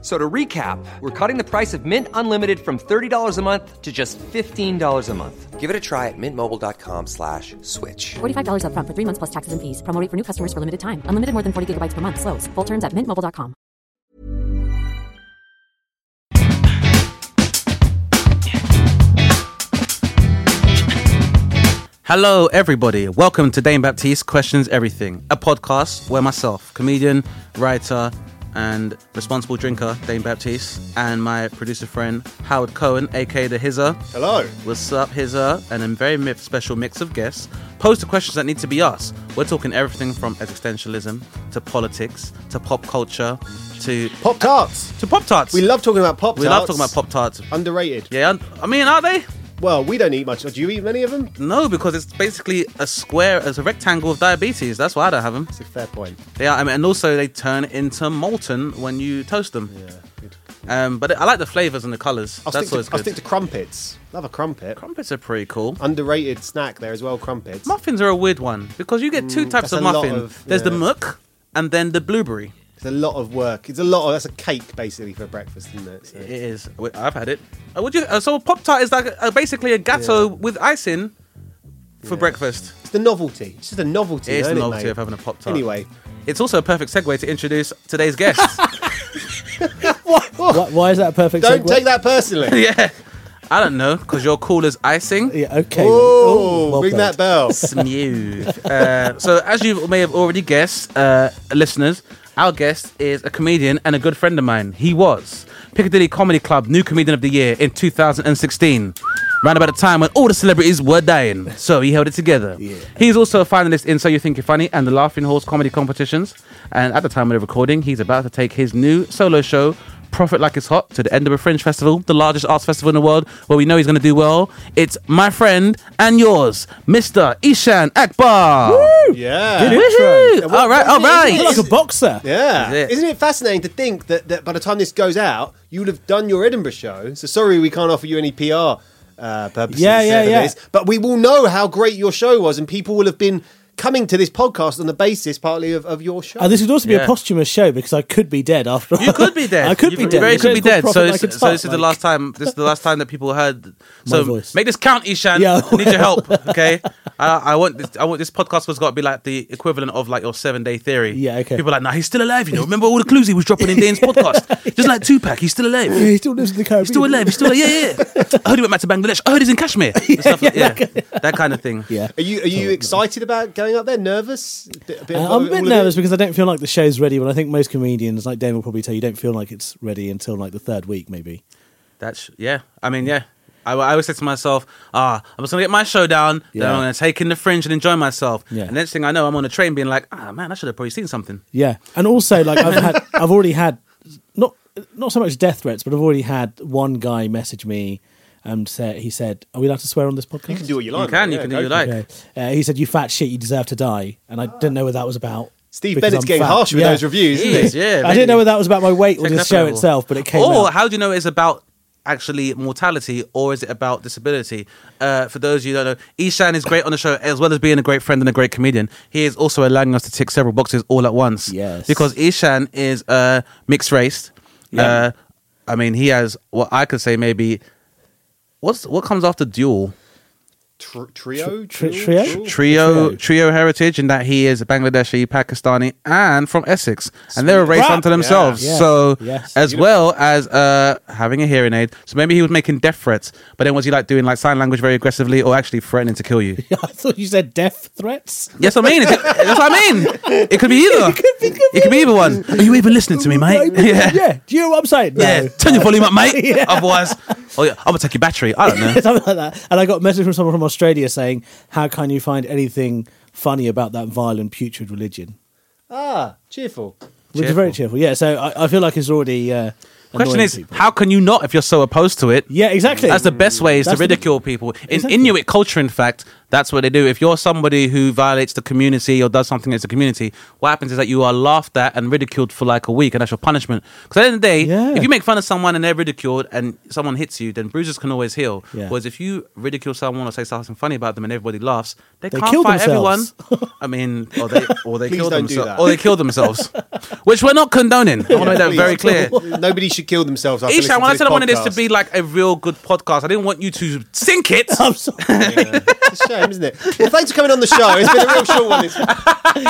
So to recap, we're cutting the price of Mint Unlimited from $30 a month to just $15 a month. Give it a try at mintmobile.com slash switch. $45 upfront for three months plus taxes and fees. Promo rate for new customers for limited time. Unlimited more than 40 gigabytes per month. Slows. Full terms at mintmobile.com. Hello, everybody. Welcome to Dame Baptiste Questions Everything, a podcast where myself, comedian, writer, and responsible drinker, Dame Baptiste, and my producer friend, Howard Cohen, aka The Hizzer. Hello. What's up, Hizzer? And a very mi- special mix of guests pose the questions that need to be asked. We're talking everything from existentialism to politics to pop culture to Pop Tarts. to Pop Tarts. We love talking about Pop Tarts. We love talking about Pop Tarts. Underrated. Yeah, un- I mean, are they? Well, we don't eat much. Do you eat many of them? No, because it's basically a square, it's a rectangle of diabetes. That's why I don't have them. It's a fair point. They are, I mean, and also they turn into molten when you toast them. Um, but I like the flavors and the colors. I'll, That's stick always to, I'll good. stick to crumpets. Love a crumpet. Crumpets are pretty cool. Underrated snack there as well, crumpets. Muffins are a weird one because you get two types Mm, that's of a lot muffin. of- There's the yeah. muck and then the blueberry. It's a lot of work. It's a lot of that's a cake basically for breakfast, isn't it? So- It is. Wait, I've had it. Uh, Would you? Uh, so pop tart is like uh, basically a gatto with icing for breakfast. It's the novelty. It's just a novelty. It is the isn't it, novelty mate? of having a Pop Tart. Anyway, It's also a perfect segue to introduce today's guest. Why, why is that a perfect? don't segue? take that personally. yeah, I don't know because you're cool as icing. Yeah, okay. Oh, Ooh, well ring played. that bell. Smooth. uh, so, as you may have already guessed, uh, listeners, our guest is a comedian and a good friend of mine. He was Piccadilly Comedy Club New Comedian of the Year in 2016. Round about a time when all the celebrities were dying, so he held it together. He's also a finalist in So You Think You're Funny and the Laughing Horse comedy competitions. And at the time of the recording, he's about to take his new solo show, Profit Like It's Hot, to the Edinburgh Fringe Festival, the largest arts festival in the world, where we know he's going to do well. It's my friend and yours, Mr. Ishan Akbar. yeah. Woohoo! what- All right, all what right. is You're it? like a boxer. Yeah. That's it. Isn't it fascinating to think that, that by the time this goes out, you would have done your Edinburgh show? So sorry, we can't offer you any PR uh, purposes. Yeah, yeah, for yeah. This, but we will know how great your show was, and people will have been coming to this podcast on the basis partly of, of your show. And Uh, this would also be Yeah. a posthumous show because I could be dead after all. You could be dead. I could You be dead. Very It's could be called dead. Profit So, Like this, It's so Hot, this is the like- last time. This is the last time that people heard. My So voice. make this count, Ishan. Yeah. I need your help. Okay. I, I want this. I want this podcast has got to be like the equivalent of like your seven day theory. Yeah, okay. People are like, nah, he's still alive. You know, remember all the clues he was dropping in Dane's podcast. Just like Tupac, he's still alive. Yeah, he still lives in the Caribbean. He's still alive. He's still alive. Yeah, yeah. I heard he went back to Bangladesh. I heard he's in Kashmir. And stuff like- yeah, that kind of thing. Yeah. Are you are you excited about going up there? Nervous? A bit of Uh, all- I'm a bit all of nervous it? because I don't feel like the show's ready. When I think most comedians, like Dan will probably tell you, don't feel like it's ready until like the third week, maybe. That's yeah. I mean, yeah. I, I always said to myself, ah, I'm just gonna get my show down. Then Yeah. I'm gonna take in the fringe and enjoy myself. Yeah. And next thing I know, I'm on a train being like, ah, man, I should have probably seen something. Yeah, and also like I've had, I've already had not not so much death threats, but I've already had one guy message me and say he said, "Are we allowed to swear on this podcast?" You can do what you like. you can, mate. you can do Yeah, what go you for it. like. Okay. Uh, he said, "You fat shit, you deserve to die," and I Ah. didn't know what that was about. Steve because Bennett's I'm getting fat. harsh with Yeah. those reviews, He isn't is, he? yeah. I maybe. Oh, didn't know whether that was about my weight or Take the that show level. itself, but it came Or out. how do you know it's about actually mortality or is it about disability? Uh, for those of you who don't know, Ishan is great on the show as well as being a great friend and a great comedian. He is also allowing us to tick several boxes all at once. Yes. Because Ishan is uh, mixed race. Uh, I mean, he has what I could say maybe. What's what comes after dual? Tr- trio, Tri- Dual? trio? Dual? trio trio heritage in that he is Bangladeshi, Pakistani, and from Essex, and they're a race Crap. unto themselves. Yeah. So Yes. as well as uh, having a hearing aid, so maybe he was making death threats, but then was he like doing like sign language very aggressively, or actually threatening to kill you? I thought you said death threats. yes, I mean, it could- that's what I mean. It could be either. It could be, either one. Are you even listening to me, mate? yeah. yeah. Do you know what I'm saying? No. turn your volume up, mate. Otherwise, oh yeah, I'm gonna take your battery. I don't know. Something like that. And I got a message from someone from Australia saying, How can you find anything funny about that vile and putrid religion? Ah, cheerful. Which is very cheerful. Yeah, so I, I feel like it's already. Uh, Question annoying is, people. how can you not if you're so opposed to it? Yeah, exactly. That's the best way is to That's the- ridicule people. In Exactly. Inuit culture, in fact, That's what they do. If you're somebody who violates the community or does something against the community, what happens is that you are laughed at and ridiculed for like a week, and that's your punishment. Because at the end of the day, Yeah. if you make fun of someone and they're ridiculed and someone hits you, then bruises can always heal. Yeah. Whereas if you ridicule someone or say something funny about them and everybody laughs, they, They can't kill fight themselves. everyone. I mean, or they or they Please kill don't do themselves, that. or they kill themselves, which we're not condoning. I want to make that Please. very clear. Nobody should kill themselves. After Ishan, listening when to I said I this wanted this to podcast. be like a real good podcast, I didn't want you to sink it. I'm sorry. It's a shame, isn't it? Well, thanks for coming on the show. It's been a real short one. This week.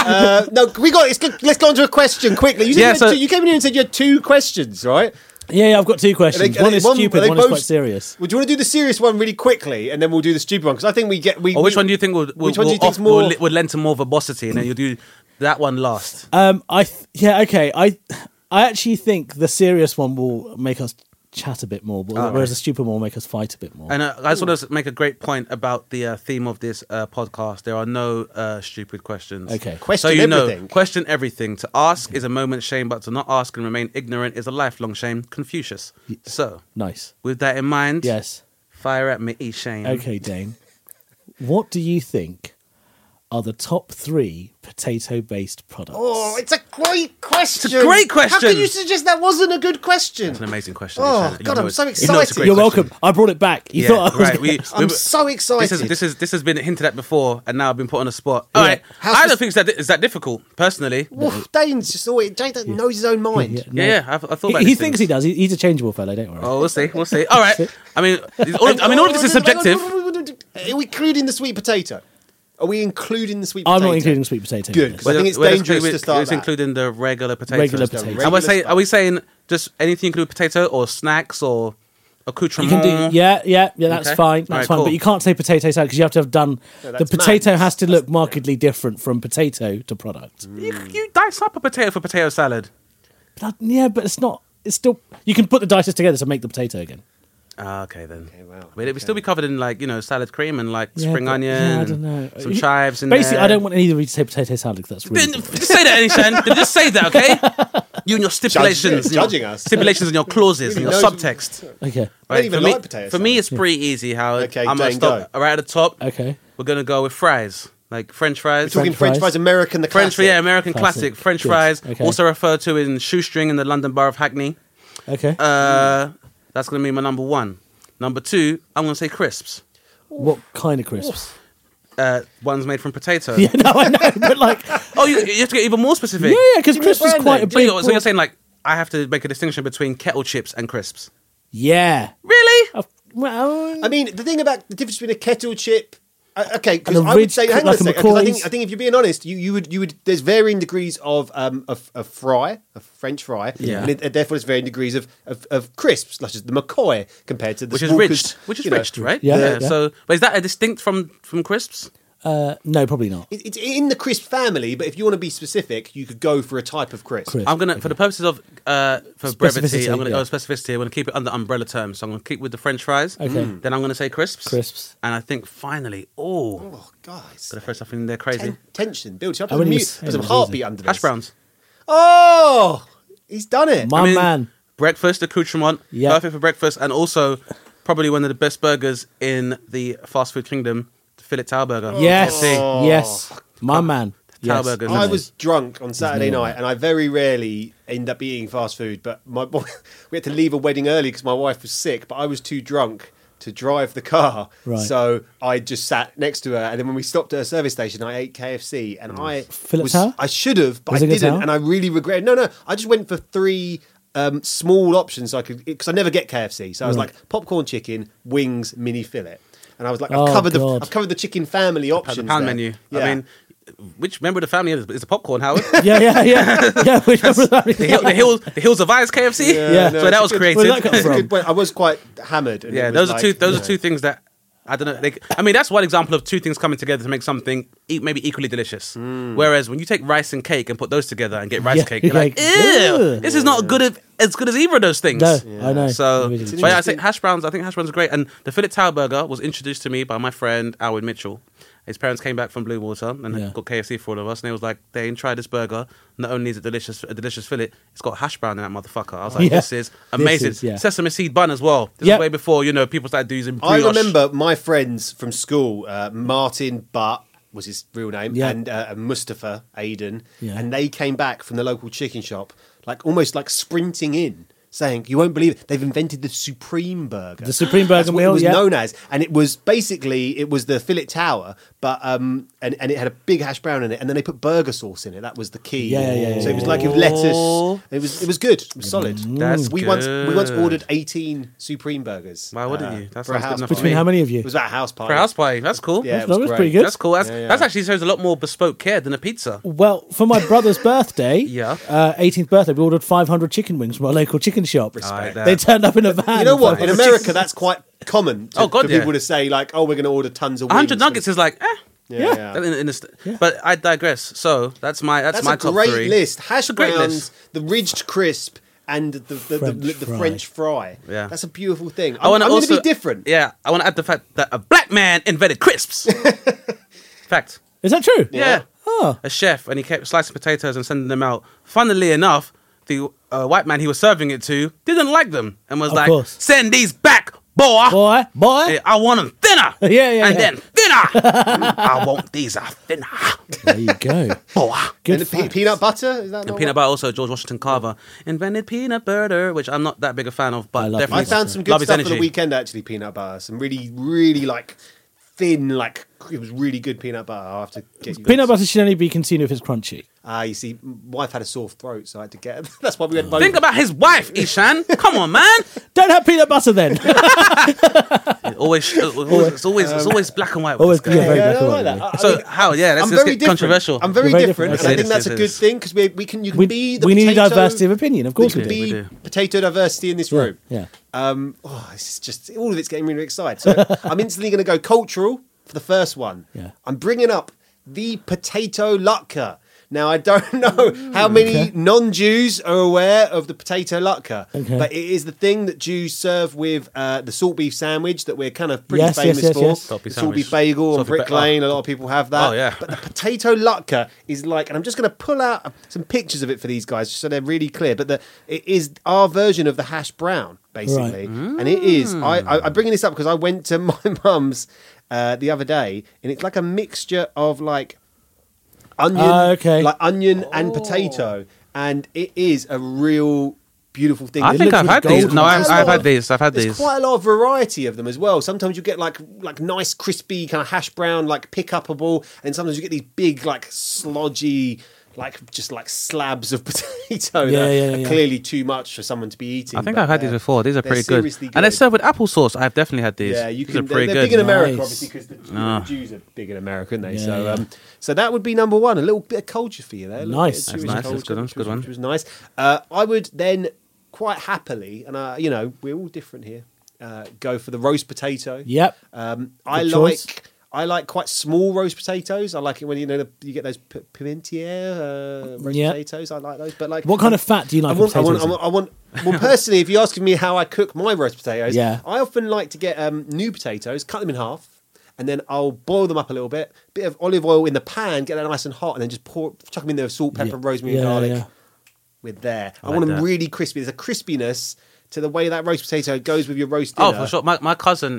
Uh, no, we got. It's good. Let's go on to a question quickly. You, said Yeah, you had so- two- you came in here and said you had two questions, right? Yeah, yeah, I've got two questions. Are they- are one they- is one- are stupid, they one is both- quite serious. Would you want to do the serious one really quickly, and then we'll do the stupid one? Because I think we get. We, Or which we- one do you think would would, Which one do you will think's off- more- will- would lend to more verbosity, and then you'll do that one last. Um, I th- yeah, okay. I I actually think the serious one will make us chat a bit more, but, whereas the stupid one will make us fight a bit more. And uh, Oh, I just want to make a great point about the uh, theme of this uh, podcast. There are no uh, stupid questions. Okay. so Question you everything. Know, question everything. To ask is a moment's shame, but to not ask and remain ignorant is a lifelong shame. Confucius. So, nice. with that in mind, Yes. fire at me, E. Shane. Okay, Dane. What do you think are the top three potato-based products? Oh, it's a great question. great How question. can you suggest that wasn't a good question? An amazing question. Oh, Ishan. You God, know I'm it. so You know it's a excited. great You're question. welcome. I brought it back. You Yeah, thought I was right. gonna- We, I'm we- so excited. This is this is this has been hinted at before, and now I've been put on the spot. All right, How's I this- don't think it's that it's that difficult, personally. Woof, Dane's just always Jane don't knows his own mind. no. Yeah, yeah, I've, I thought He, about he these thinks things. he does. He, he's a changeable fellow. Don't worry. Oh, we'll see, we'll see. All right. I mean, these- all of, I mean, all of this is subjective. Are we including the sweet potato? Are we including the sweet potato? I'm not including sweet potato. in Good, this. 'cause I think it's Well, dangerous it's- to start It's that. including the regular potatoes. Regular The potatoes. And we're regular saying, stuff. are we saying just anything include potato or snacks or You accoutrement? can Uh, do, yeah, yeah, yeah. That's Okay. fine. That's Alright, fine. But cool. you can't say potato salad because you have to have done the that's potato Max. has to look markedly different from potato to product. You, you dice up a potato for potato salad. But I- yeah, but it's not. It's still. You can put the dices together to make the potato again. Ah, okay then. Okay, wow, But it would still be covered in like you know salad cream and like Yeah, spring but- onion. yeah, I and don't know. Some chives in Basically, there. I don't want any of you to say potato salad because that's really. Then Just say that, Anishan. Then Just say that, okay? You and your stipulations, and your- judging us. stipulations and your clauses and your knows- subtext. okay. I don't even for me, like potato For me, salad. it's pretty easy, Howard. Okay, I'm gonna Dane, stop go. right at the top. Okay. We're gonna go with fries, like French fries. Talking French French fries. fries, American, the French, classic. yeah, American classic, Classic. French Good. fries, Okay. also referred to in shoestring in the London Borough of Hackney. Okay. Uh, That's gonna be my number one. Number two, I'm gonna say crisps. what kind of crisps? Uh, one's made from potato. Yeah, no, I know, but like, yeah, Oh, you, you have to get even more specific. yeah, because Give me a crisps is brand quite a name. big. So you're, so broad- you're saying like I have to make a distinction between kettle chips and crisps? yeah. Really? I've- Well, Uh, I mean, the thing about the difference between a kettle chip. uh, Okay, because And a I would ridge say, cooked hang on like a a second. 'cause I think, McCoy's. I think if you're being honest, you, you would you would. There's varying degrees of um of a fry, a French fry, Yeah. and, it, and therefore there's varying degrees of, of, of crisps, such as the McCoy compared to the Which is Walker's, ridged, which is you know. ridged, right? Yeah, yeah. So, but is that a distinct from from crisps? uh, no, probably not. It- It's in the crisp family, but if you want to be specific, you could go for a type of crisp. Crisp. I'm gonna, for the purposes of uh, for brevity, Specificity, I'm gonna yeah. go specificity. I'm gonna keep it under umbrella terms. So I'm gonna keep with the French fries. Mm. Okay. Then I'm gonna say crisps. Crisps. And I think finally, oh, Oh, guys. the first something they're crazy. Ten- tension builds up. I There's, wouldn't mu- even say there's some it was heartbeat easy. under this. Hash browns. Oh, he's done it. My man. Breakfast accoutrement, Yeah. perfect for breakfast, and also probably one of the best burgers in the fast food kingdom, the Philip Tower Burger. Yes, KFC. Oh. yes, my man. Yes. burgers. I Nice. was drunk on Saturday night, and I very rarely end up eating fast food. But my boy, we had to leave a wedding early because my wife was sick, but I was too drunk to drive the car. Right. So I just sat next to her, and then when we stopped at a service station, I ate KFC, and I Philip was, Tower? I should have, but Was I it good didn't, Tower? and I really regret. No, no, I just went for three. Um, small options I could because I never get KFC, so I was Right. like popcorn chicken, wings, mini fillet, and I was like, I've Oh, covered God. the I've covered the chicken family the options. pound there. menu. Yeah. I mean, which member of the family is, is the popcorn, Howard? Yeah, yeah, yeah, yeah. we remember that. the, hill, the, hills, the hills of eyes, KFC. Yeah. no, so that was it's a good- created. Where'd that come It's a from? good point. I was quite hammered. and yeah, it was those are two. like, Those you are two know. things that I don't know. Like, I mean, that's one example of two things coming together to make something e- maybe equally delicious. Whereas when you take rice and cake and put those together and get rice Mm. Yeah, cake, you're you're like, like, ew, "Ugh." this is not good of, as good as either of those things. No, Yeah. I know. So, It's but yeah, I think hash browns. I think hash browns are great. And the Philip Tower burger was introduced to me by my friend Howard Mitchell. His parents came back from Blue Water and Yeah. got KFC for all of us, and he was like, "Dane, try this burger. Not only is it delicious, a delicious fillet, it's got hash brown in that motherfucker." I was like, Yeah. "This is amazing." is, yeah. Sesame seed bun as well. This Yep. is way before you know people started using. I brioche. remember my friends from school, uh, Martin Butt was his real name, Yeah. and uh, Mustafa Aiden, Yeah. and they came back from the local chicken shop, like almost like sprinting in, saying, "You won't believe it! They've invented the supreme burger." The Supreme Burger That's what meal, it was yeah. known as, and it was basically it was the fillet tower, but um, and and it had a big hash brown in it, and then they put burger sauce in it. That was the key. Yeah, yeah, yeah, so it was yeah, like yeah. with lettuce. It was it was good. It was solid. That's we once we once good. ordered eighteen supreme burgers. uh, Why wouldn't you? That for a sounds good house enough party. Between how many of you? It was at a house party. for a house party. That's cool. Yeah, it That was great. pretty good. That's cool. That's, Yeah, yeah. that's actually shows a lot more bespoke care than a pizza. Well, for my brother's birthday, Yeah. uh, 18th birthday, we ordered 500 chicken wings from our local chicken shop. Respect. They turned up in a van. You know what? In Nice. America, that's quite common. To, Oh, God, for yeah. people to say like, "Oh, we're going to order tons of wings." hundred nuggets is like, eh. Yeah, Yeah. yeah. That in- in the st- But I digress. So that's my that's, That's my a top great three. list. Hash It's a great browns, list. the ridged crisp, and the the, the, French the, the fry. French fry. Yeah. that's a beautiful thing. I I'm, want I'm to going to also be different. Yeah, I want to add the fact that a black man invented crisps. fact. Is that true? Yeah. Oh. A chef, and he kept slicing potatoes and sending them out. Funnily enough, the uh, white man he was serving it to didn't like them and was Of like, course. "Send these back, boy." Boy, boy. Yeah, I want them thinner. Yeah, yeah, And yeah. then thinner. I want these are thinner. There you go. Boy. Good and the pe- fact. peanut butter is that And not peanut one? butter also George Washington Carver invented peanut butter, which I'm not that big a fan of, but I love definitely I found some good love his stuff for the energy. weekend. Actually, peanut butter. Some really, really like thin, like it was really good peanut butter. I will have to get you Peanut guys- butter should only be consumed if it's crunchy. Ah, you see, m- wife had a sore throat, so I had to get. That's why we went. Think about his wife, Ishan. Come on, man. Don't have peanut butter then. It always, it always, it's always, it's always black and white. with Um, Always this guy. yeah, very Yeah, I black and like white, that. Uh, yeah. I- I So mean, how? Yeah, let's I'm just very get different. controversial. I'm very, We're very different, and I different. Yes, think it is, that's a it good is. thing because we we can you can We- be the we need potato- diversity of opinion, of course we we can do. be We do. potato diversity in this room. yeah. Um. Oh, this is just all of it's getting really excited. So I'm instantly going to go cultural for the first one. Yeah. I'm bringing up the potato latke. Now I don't know how many Okay. non-Jews are aware of the potato latke, Okay. but it is the thing that Jews serve with uh, the salt beef sandwich that we're kind of pretty Yes, yes, famous yes, for. yes. Salt beef The salt beef sandwich. bagel Salt on beef Brick ba- Lane. oh. A lot of people have that. Oh, yeah. But the potato latke is like, and I'm just going to pull out some pictures of it for these guys so they're really clear. But the, it is our version of the hash brown, basically. And it is. I, Mm. I, I'm bringing this up because I went to my mum's uh, the other day, and it's like a mixture of like onion, Ah, okay. like onion and potato, and it is a real beautiful thing. I It think looks I've had really these. golden. No, I've, There's a I've lot had of- these. I've had there's these. quite a lot of variety of them as well. Sometimes you get like like nice crispy kind of hash brown like pick upable, and sometimes you get these big like slodgy like just like slabs of potato Yeah, that yeah, are yeah. clearly too much for someone to be eating. I think but uh, I've had these they're- before. These are they're pretty good. seriously and they're served with applesauce. I've definitely had these. yeah, you these can. are pretty They're, they're good. big in America, Nice. obviously, because the, the Jews are big in America, aren't they? Yeah, so, yeah. Um, so that would be number one. A little bit of culture for you there. a little Nice. bit of That's Jewish nice. That's good one, that's which good was- one. Which was nice. Uh, I would then quite happily, and uh, you know, we're all different here. Uh, go for the roast potato. Yep. Um, I Good like choice. I like quite small roast potatoes. I like it when you know the, you get those p- pimentier uh, roast Yeah. potatoes. I like those. But like, um, What kind of fat do you like? I in want, I want, potatoes I in? want, I want. Well, personally, if you're asking me how I cook my roast potatoes, Yeah. I often like to get um, new potatoes, cut them in half, and then I'll boil them up a little bit, bit of olive oil in the pan, get that nice and hot, and then just pour, chuck them in there with salt, pepper, Yeah. rosemary, and Yeah, garlic. yeah. We're there. I, like want them that. really crispy. There's a crispiness to the way that roast potato goes with your roast dinner. Oh, for sure. My, my cousin,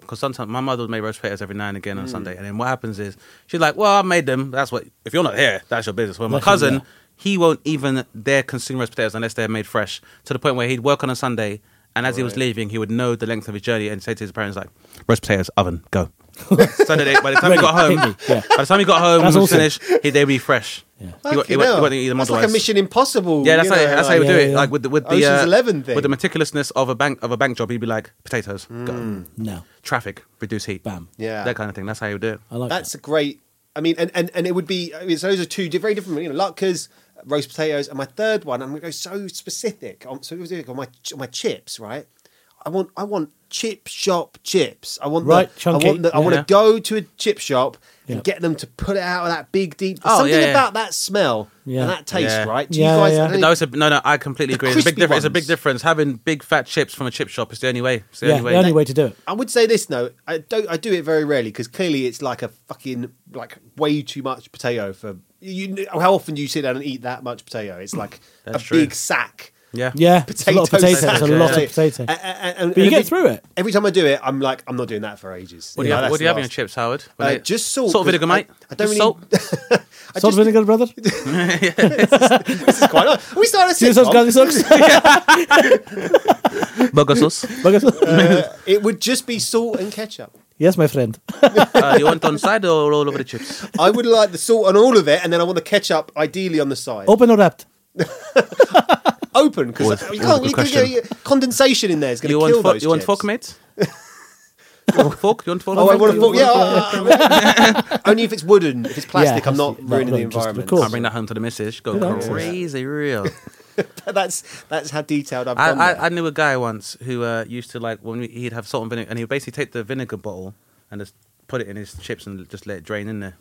because sometimes my mother would make roast potatoes every now and Mm. again on Sunday. And then what happens is she's like, well, I made them. That's what, if you're not here, that's your business. Well, my That's your- cousin, he won't even dare consume roast potatoes unless they're made fresh to the point where he'd work on a Sunday. And as he was leaving, he would know the length of his journey and say to his parents, like, roast potatoes, oven, go. so that they, by the time he got Ready, home, hit me, yeah. by the time he got home, That's he was awesome. finished, he, they'd be fresh. Yeah. He, wa- he, Fucking wa- he hell. wouldn't eat them that's like a otherwise. Mission Impossible. Yeah, that's you how, know, that's how he would like- do Yeah, it. yeah. Like with the with the Ocean's uh, Oh, Eleven thing. with the meticulousness of a bank of a bank job, he'd be like potatoes, go. No. traffic, reduce heat, Bam. Mm. Yeah. that kind of thing. That's how he would do it. I like That's that. a great. I mean, and, and, and it would be. I mean, so those are two di- very different. You know, latkes, roast potatoes, and my third one. I'm going to go so specific. On, so specific on my on my chips, right? I want I want chip shop chips. I want Right, the, chunky. I want the, I Yeah. want to go to a chip shop Yeah. and get them to put it out of that big deep. Oh, something yeah, yeah. about that smell Yeah. and that taste, Yeah. right? Do Yeah, you guys? yeah. I don't No, think- it's a, no, no. I completely agree. It's a big crispy difference. It's a big ones. difference. Having big fat chips from a chip shop is the only way. It's the yeah, only way. the only way to do it. I would say this though. I don't. I do it very rarely because clearly it's like a fucking like way too much potato for you. kn- How often do you sit down and eat that much potato? It's like a That's true. big sack. Yeah. Yeah, it's a Potato lot of potato. sack. It's a lot Yeah. of potato. A- Uh, a- a- and- But you and get every- through it. Every time I do it, I'm like, I'm not doing that for ages. What do you, have, what do you have in your chips, Howard? What Uh, do you- just salt, Salt vinegar, 'cause I- mate. I don't Just really- salt. Salt vinegar, brother. This is quite. nice. We started a See those sitcom. garlic socks? Burger sauce. Burger sauce? It would just be salt and ketchup. yes, my friend. Uh, you want on side or all over the chips? I would like the salt on all of it, and then I want the ketchup ideally on the side. Open or wrapped? Open because Always- you always a can't. good You, can question. get- condensation in there is going You to want kill fork? those. You want chips. fork, mate? You want fork? You want fork? Oh, I want to fork. You Yeah, oh, I- I- I- only if it's wooden. If it's plastic, Yeah, I'm not has to- ruining no, the no, just- of environment. course. I'll bring that home to the missus. She Go that's- crazy, real. that's that's how detailed I've I, done. that. I, I knew a guy once who uh, used to like when we, he'd have salt and vinegar, and he would basically take the vinegar bottle and just put it in his chips and just let it drain in there.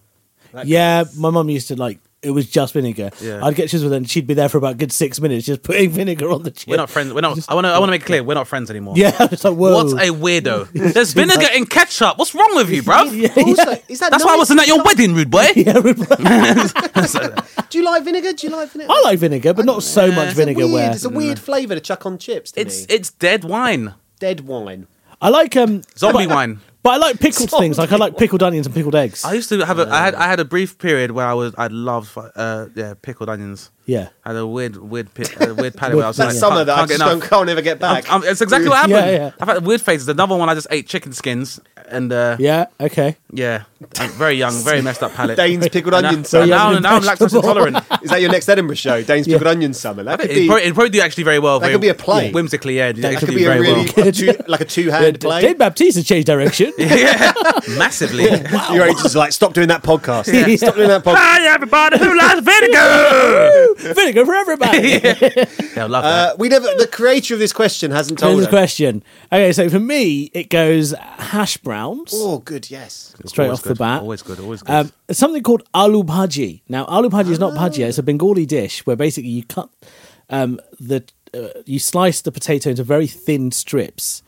Yeah, my mum used to like. It was just vinegar. Yeah. I'd get chips with her, and she'd be there for about a good six minutes, just putting vinegar on the chips. We're not friends. We're not. I want to. I want to make it clear we're not friends anymore. Yeah, I was like, whoa. What a weirdo. There's vinegar in ketchup. What's wrong with you, bruv? also, is that That's why I nice? wasn't at your wedding, rude boy. Yeah, I Do you like vinegar? Do you like vinegar? like vinegar, but not so much It's a vinegar. weird- Where it's a weird flavour to chuck on chips. To It's me. it's dead wine, dead wine. I like um, zombie but- wine. but I like pickled Zombie things. Like I like pickled onions and pickled eggs. I used to have a. I had I had a brief period where I was I loved uh, yeah pickled onions. yeah, I had a weird weird pi- a weird palate Weird where I was thing. That like, summer can't, that I can't get just enough. don't, can't ever get back. Um, it's exactly what happened. Yeah, yeah. I've had weird phases. Another one, I just ate chicken skins, and uh, yeah, yeah, okay. I'm very young, very messed up palate. Dane's pickled And I- onion and summer. now, now I'm lactose intolerant. Is that your next Edinburgh show? Dane's pickled onion summer. That could It'd be. probably, it'd probably do actually very well. That very- could be a play. Whimsically, yeah. That could actually be a very really well. a two, like a two-hand play. Dave Baptiste has changed direction. yeah, massively. Your agent's like, stop doing that podcast. Stop doing that podcast. Hi, everybody who likes vinegar. vinegar for everybody. yeah, I love that. Uh, we never. The creator of this question hasn't Here's told the us. question. Okay, so for me, it goes hash browns. Oh, good. Yes. straight Always off good. the bat. Always good, always good. Um, it's something called aloo bhaji. Now, aloo bhaji is not bhaji; it's a Bengali dish where basically you cut um, the uh, you slice the potato into very thin strips,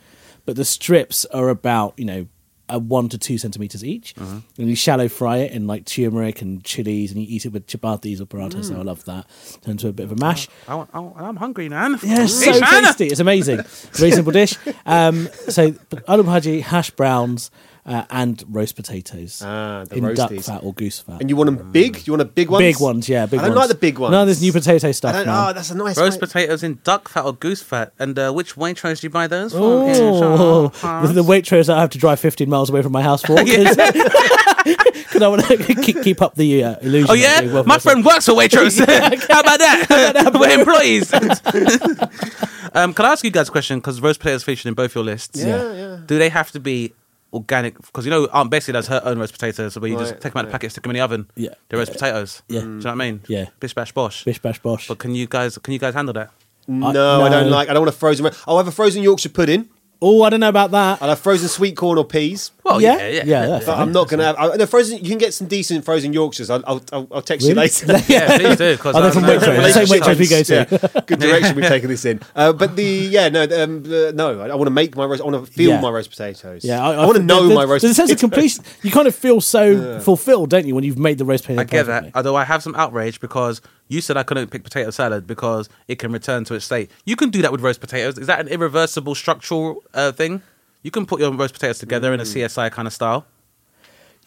but the strips are about you know uh, one to two centimeters each, Mm-hmm. and you shallow fry it in like turmeric and chilies, and you eat it with chapatis or paratas. So I love that. Turn into a bit of a mash. I want, I want, I'm hungry, man. Yeah, it's so Hey, man. tasty. It's amazing. It's a very simple dish. Um, so, but aloo bhaji, hash browns, uh, and roast potatoes Ah, the in duck roasties. fat or goose fat. And you want them big? You want a big one? Big ones, yeah. Big I don't ones. like the big ones. No, there's new potato I stuff don't. now. Oh, that's a nice Roast way- potatoes in duck fat or goose fat, and uh, which Waitrose do you buy those from? Oh, Yeah, the, the Waitrose that I have to drive 15 miles away from my house for because I want to keep, keep up the uh, illusion. Oh of yeah, doing well for my myself. friend works for Waitrose. How about that? We're employees. um, can I ask you guys a question? Because roast potatoes featured in both your lists. Yeah, yeah. Do they have to be organic? Because you know, Aunt Bessie does her own roast potatoes, where you just Right, take them out of the right. packet, stick them in the oven. Yeah. They're roast potatoes. Yeah. Do you know what I mean? Yeah. Bish bash bosh. Bish bash bosh. But can you guys can you guys handle that? No, I- I, don't no. like. I don't want a frozen. I'll have a frozen Yorkshire pudding. Oh, I don't know about that. I'll have frozen sweet corn or peas. Well, yeah, yeah, that's But I'm not gonna have. I, no, frozen. You can get some decent frozen Yorkshires. I'll, I'll, I'll, I'll text Really? you later. Yeah, please do. 'cause Are they I'm- from I'm- Waitrose? The same Waitrose we go to. Yeah, good direction we've taken this in. Uh, but the yeah no um, uh, no I, I want to make my roast. I want to feel Yeah. my roast potatoes. Yeah, I, want to think know there's- my roast. There's a sense of potatoes. completion. You kind of feel so fulfilled, don't you, when you've made the roast potato? I get that. perfectly. Although I have some outrage because you said I couldn't pick potato salad because it can return to its state. You can do that with roast potatoes. Is that an irreversible structural uh, thing? You can put your roast potatoes together Mm-hmm. in a CSI kind of style.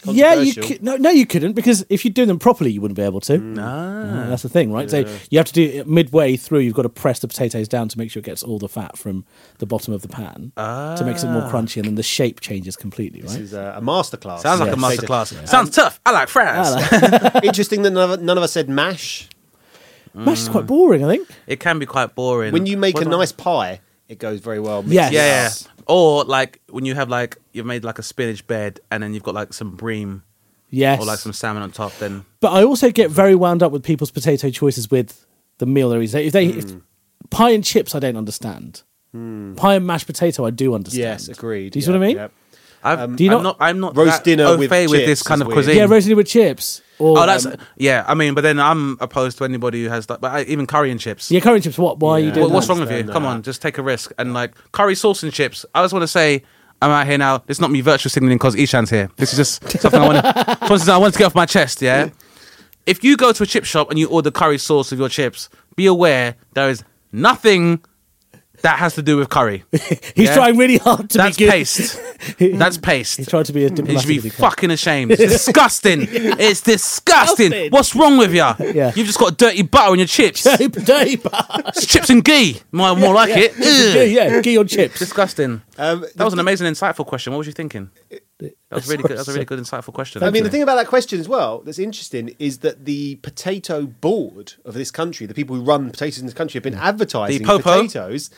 Yeah, you Controversial. could, no, no, you couldn't because if you do them properly, you wouldn't be able to. Mm. No, Ah. that's the thing, right? So you have to do it midway through. You've got to press the potatoes down to make sure it gets all the fat from the bottom of the pan to make it more Ah. crunchy, and then the shape changes completely, right? This is a, a masterclass. Sounds like Yeah. a masterclass. Sounds tough. I like fries. Interesting that none of, none of us said mash. Mash is quite Mm. boring, I think. it can be quite boring. When you make What a do I- nice pie, it goes very well. mixed Yes. Yeah, yeah. Yes. Or like when you have like you've made like a spinach bed and then you've got like some bream Yes, or like some salmon on top. Then but I also get very wound up with people's potato choices with the meal they're eating. If they if pie and chips, I don't understand. Pie and mashed potato, I do understand. Yes, agreed. Do you see what I mean? I've, Do you I'm not- not? I'm not Roast that dinner au with fait with this chips kind is of weird. cuisine. Yeah, roasted with chips. Or, Oh, that's um, yeah. I mean, but then I'm opposed to anybody who has that. But I, even curry and chips. yeah, curry and chips. What? Why are you Yeah. doing What- what's that? wrong with you? Understand Come that. on, just take a risk and like curry sauce and chips. I just want to say. I'm out here now. It's not me virtual signaling because Ishan's here. This is just something I want to. Something I want to get off my chest. Yeah. If you go to a chip shop and you order curry sauce with your chips, be aware there is nothing that has to do with curry. He's Yeah. trying really hard to That's be good. paste. That's paste. He's trying to be a You diplomat. should be fucking ashamed. It's disgusting. It's disgusting. Disgusting. What's wrong with you? Yeah. You've just got dirty butter on your chips. It's chips and ghee. More, more like it. yeah, Ugh. yeah, get your chips. Disgusting. Um, That was an amazing, insightful question. What was you thinking? That was really good. That was a really good, insightful question. I mean, the thing about that question as well that's interesting is that the potato board of this country, the people who run potatoes in this country, have been advertising Mm. The popo. potatoes.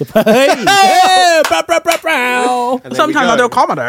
yeah, brow, brow, brow, brow. and there we Sometimes I go. don't comment.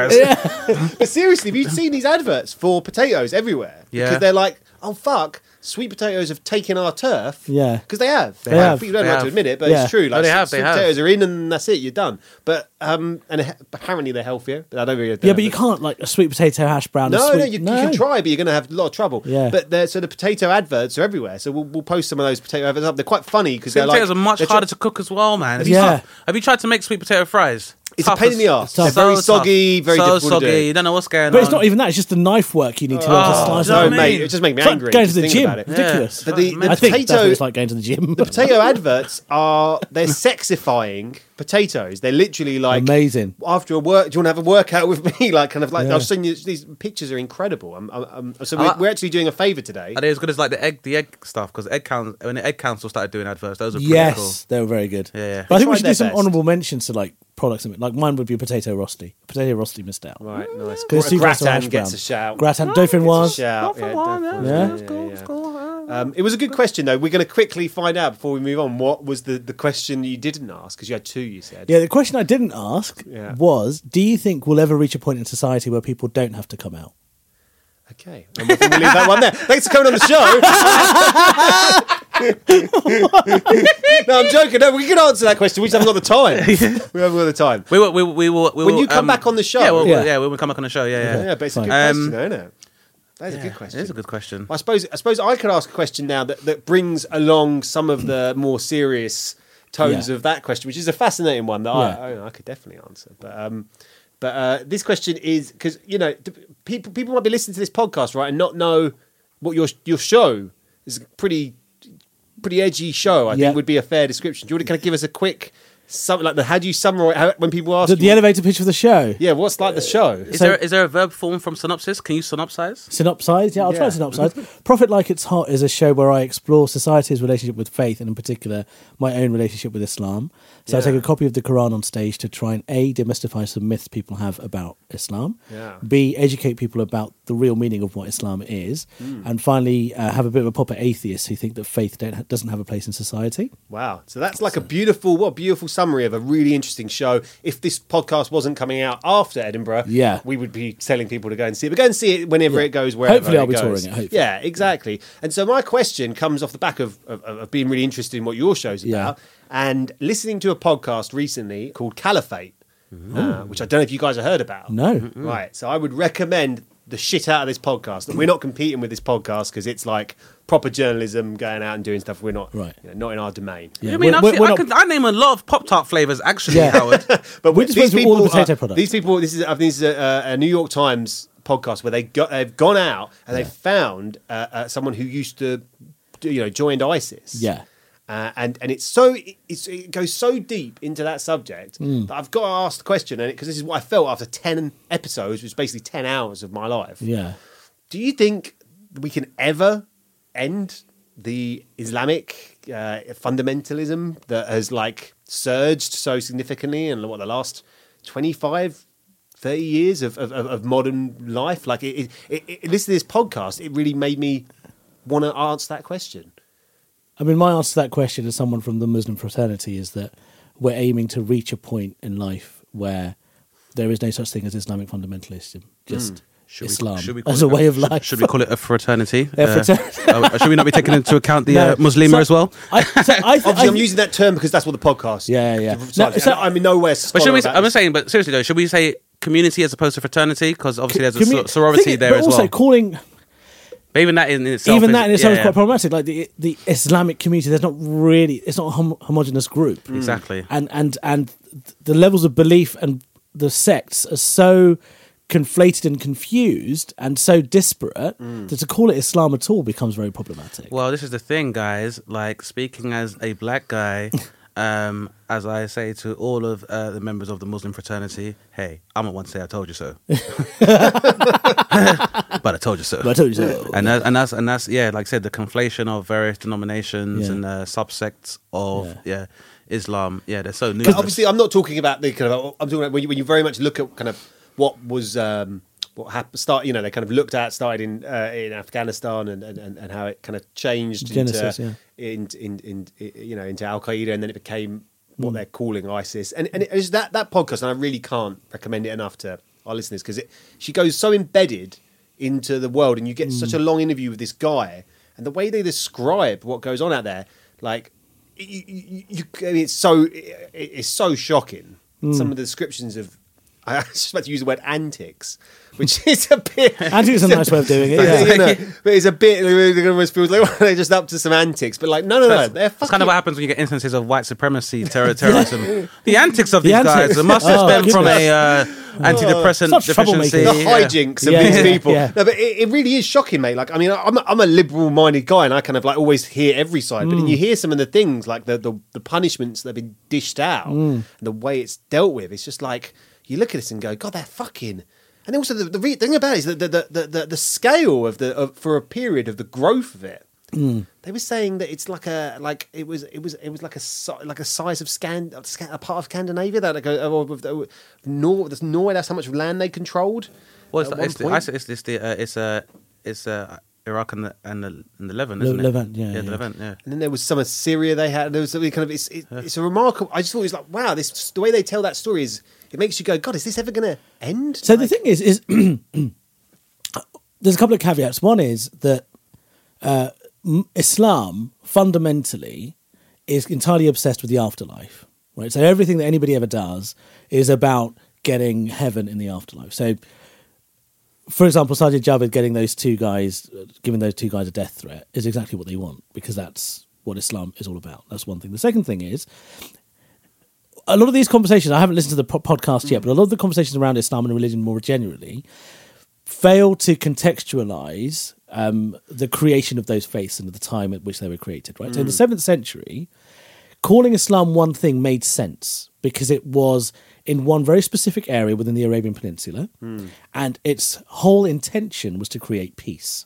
But seriously, have you seen these adverts for potatoes everywhere? Yeah. Because they're like, oh fuck, sweet potatoes have taken our turf. Yeah. Because they have. They have. People don't They like have. to admit it, but Yeah. it's true. Like, they sweet- have, they sweet have. potatoes are in, and that's it. You're done. But um, and he- apparently they're healthier. But I don't really. Yeah, but you can't like a sweet potato hash brown. No, a sweet, no, you, you can try, but you're going to have a lot of trouble. Yeah. But they're- so the potato adverts are everywhere. So we'll, we'll post some of those potato adverts up. They're quite funny because they're Sweet like potatoes are much they're harder tr- to cook as well, man. It's Yeah. tough. Have you tried to make sweet potato fries? It's a Tough pain as- in the arse. They're very tough. soggy, very so difficult to soggy. do. You don't know what's going on. Um, But it's not even that. It's just the knife work you need to be able to Oh, slice no, No, up. what I mate, mean? it just makes me It's like angry. going to just the thinking gym. about it. Yeah. Ridiculous. But the, the I think that's what potato it's like going to the gym. the potato adverts are they're sexifying potatoes. They're literally like Amazing. After a work, do you want to have a workout with me? Like kind of like Yeah. I've seen you, these pictures are incredible. I'm, I'm, I'm- so I we're, like- we're actually doing a favor today. Are they as good as like the egg, the egg stuff? Because egg council, when the egg council started doing adverts, those were pretty Yes, cool. they were very good. Yeah, yeah. But I They think we tried should their do some best. honourable mentions to like products. and- Like mine would be a potato rosti. Potato rosti missed out. Right, nice. Because Gra- Superstar Hash Gratan gets Brown. a shout. Gratin dauphinoise. shout. Yeah, definitely. Yeah. Yeah, yeah, yeah. Um, it was a good question though. We're going to quickly find out before we move on what was the, the question you didn't ask because you had two. You said Yeah, the question I didn't ask Yeah. was Do you think we'll ever reach a point in society where people don't have to come out? Okay, I'm going to leave that one there. Thanks for coming on the show. no, I'm joking. No, we can answer that question. We just haven't got the time. We haven't got the time. We will. We, will- we will. We When will, um, you come back on the show. Yeah, we'll, yeah. Yeah. When we come back on the show. Yeah, yeah. Yeah, but it's a fine. good Um, question, though, isn't it? That is a good question. It is a good question. I suppose. I suppose I could ask a question now that, that brings along some of the more serious tones Yeah. of that question, which is a fascinating one that Yeah. I, I, I could definitely answer. But um, but uh, this question is because you know d- people people might be listening to this podcast right and not know what your your show is a pretty pretty edgy show. I Yeah. think would be a fair description. Do you want to kind of give us a quick something like the, how do you summarize how, when people ask The, Uh, you- the elevator pitch of the show. Yeah, what's like the show? Is So- there is there a verb form from synopsis? Can you synopsize? Synopsized? Yeah, I'll try Yeah. synopsized. Profit Like It's Hot is a show where I explore society's relationship with faith and, in particular, my own relationship with Islam. So I Yeah. take a copy of the Quran on stage to try and A, demystify some myths people have about Islam, Yeah. B, educate people about the real meaning of what Islam is, Hmm. and finally, uh, have a bit of a pop at atheists who think that faith don't, doesn't have a place in society. Wow. So that's like a beautiful, what a beautiful summary of a really interesting show. If this podcast wasn't coming out after Edinburgh, Yeah. we would be telling people to go and see it. But go and see it whenever Yeah. it goes, wherever Hopefully it I'll be goes. touring it, hopefully. Yeah, exactly. And so my question comes off the back of, of, of being really interested in what your show's Yeah. about and listening to a podcast recently called Caliphate, uh, which I don't know if you guys have heard about. Mm-hmm. No. Right. So I would recommend the shit out of this podcast. And we're not competing with this podcast because it's like proper journalism going out and doing stuff. We're not, Right. you know, not in our domain. You know Yeah. what I mean, We're- I've we're- seen- we're I, not- could, I name a lot of Pop Tart flavors actually, Yeah. Howard. But We we- just these went through all people, the potato are- products. These people. This is. I think this is a, a New York Times podcast where they got they've gone out and they found uh, uh, someone who used to, you know, joined ISIS. Yeah. Uh, and and it's so it's, it goes so deep into that subject Mm. that I've got to ask the question, and because this is what I felt after ten episodes, which is basically ten hours of my life. Yeah. Do you think we can ever end the Islamic uh, fundamentalism that has like surged so significantly in what the last 25, 30 years of, of, of- of modern life? Like, it, it, it, listening to this podcast, it really made me want to answer that question. I mean, my answer to that question as someone from the Muslim fraternity is that we're aiming to reach a point in life where there is no such thing as Islamic fundamentalism. Just Hmm. Should Islam we, should we call as it a way of should- life. Should, we call it a fraternity? Yeah, Uh, frater- uh, should we not be taking into account the No. uh, Muslim So- as well? I, so I, th- Obviously, I, I'm using that term because that's what the podcast. Yeah, yeah. So, No, so- I'm in nowhere. But should we? I'm saying. saying, but seriously though, should we say community as opposed to fraternity? Because obviously there's a commu- sor- sorority thing is- there but as also well. calling But even that in itself, even is, that in itself yeah, is yeah. quite problematic. Like the the Islamic community, there's not really it's not a hom- homogenous group. Hmm. Exactly. and and and the levels of belief and the sects are so conflated and confused and so disparate that to call it Islam at all becomes very problematic. Well, this is the thing, guys. Like speaking as a black guy, um, as I say to all of uh, the members of the Muslim fraternity, hey, I'm not one to say I told you so, but I told you so. But I told you so. And that, and that's and that's yeah, like I said, the conflation of various denominations Yeah. and uh, subsects of yeah. Islam. Yeah, they're so new. Um, But obviously, I'm not talking about the kind of. I'm talking about when you, when you very much look at kind of what was um, what happened. Start, you know, they kind of looked at started in uh, in Afghanistan and, and, and and how it kind of changed Genesis, yeah. into in, in, in, you know into Al Qaeda, and then it became Mm. what they're calling ISIS. And and it's that that podcast, and I really can't recommend it enough to our listeners because it she goes so embedded into the world, and you get Mm. such a long interview with this guy, and the way they describe what goes on out there, like you, you, you, I mean, it's so it, it's so shocking. Hmm. Some of the descriptions of I was just about to use the word antics, which is a bit Antics is a nice way of doing it, But, yeah. you know, but it's a bit. It almost feels like they're just up to some antics. But like, no, no, no, uh, they're That's fucking. kind of what happens when you get instances of white supremacy, terror, terrorism. the antics of these antics. guys must have Oh, stemmed from a goodness. uh, antidepressant Such deficiency. troublemakers. the Yeah. hijinks of Yeah, these yeah, people. yeah. No, but it, it really is shocking, mate. Like, I mean, I'm a, I'm a liberal-minded guy, and I kind of like always hear every side. But then Mm. you hear some of the things, like the the, the punishments that have been dished out, Mm. and the way it's dealt with. It's just like you look at this and go, God, they're fucking. And also the, the re- thing about it is that the the, the, the the scale of the of, for a period of the growth of it. They were saying that it's like a like it was it was it was like a si- like a size of Scan of Scan- a part of Scandinavia that like uh, a, or with the- Nor that's Norway that's how much land they controlled. Well, it's, at the, one it's, the, point. I said it's, it's the uh, it's uh, it's uh, Iraq and the and the, and the Levant, Le- isn't it? Levant, yeah, the yeah. Levant, yeah. And then there was some of Syria they had. There was something kind of it's it, it's a remarkable. I just thought it was like wow, this the way they tell that story is it makes you go, God, is this ever going to end? So Like, the thing is, is there's a couple of caveats. One is that uh, m- Islam fundamentally is entirely obsessed with the afterlife, right? So everything that anybody ever does is about getting heaven in the afterlife. So, for example, Sajid Javid getting those two guys, giving those two guys a death threat, is exactly what they want because that's what Islam is all about. That's one thing. The second thing is a lot of these conversations, I haven't listened to the po- podcast yet, but a lot of the conversations around Islam and religion more generally fail to contextualize um, the creation of those faiths and the time at which they were created, right? So in the seventh century, calling Islam one thing made sense because it was in one very specific area within the Arabian Peninsula, and its whole intention was to create peace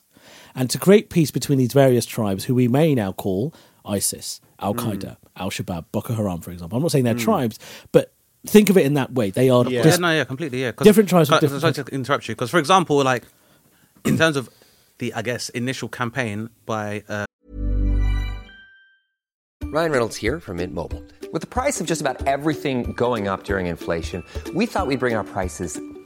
and to create peace between these various tribes who we may now call ISIS, Al Qaeda, Al Shabaab, Boko Haram, for example. I'm not saying they're tribes, but think of it in that way. They are Yeah. dis- yeah, no, yeah, completely, yeah. 'Cause- Different tribes with uh, different- Sorry to interrupt you, because for example, like in terms of the I guess initial campaign by uh, Ryan Reynolds here from Mint Mobile. With the price of just about everything going up during inflation, we thought we'd bring our prices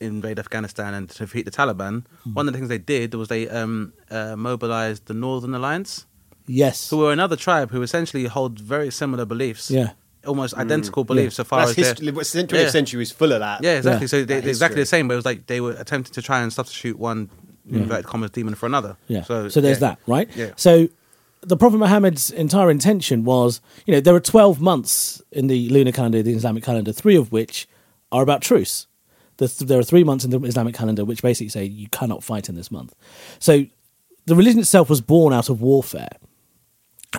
invade Afghanistan and to defeat the Taliban. Mm. One of the things they did was they um, uh, mobilized the Northern Alliance. yes. who are another tribe who essentially hold very similar beliefs. Yeah. Almost identical beliefs so far Mm. that's as their- history. what Century Yeah. of century was full of that. Yeah, exactly. Yeah. So they, That they're exactly history. the same, but it was like they were attempting to try and substitute one inverted commas demon for another. Yeah. So, there's yeah. that, right? Yeah. So the Prophet Muhammad's entire intention was, you know, there are 12 months in the lunar calendar, the Islamic calendar, three of which are about truce. The th- there are three months in the Islamic calendar which basically say you cannot fight in this month. So the religion itself was born out of warfare.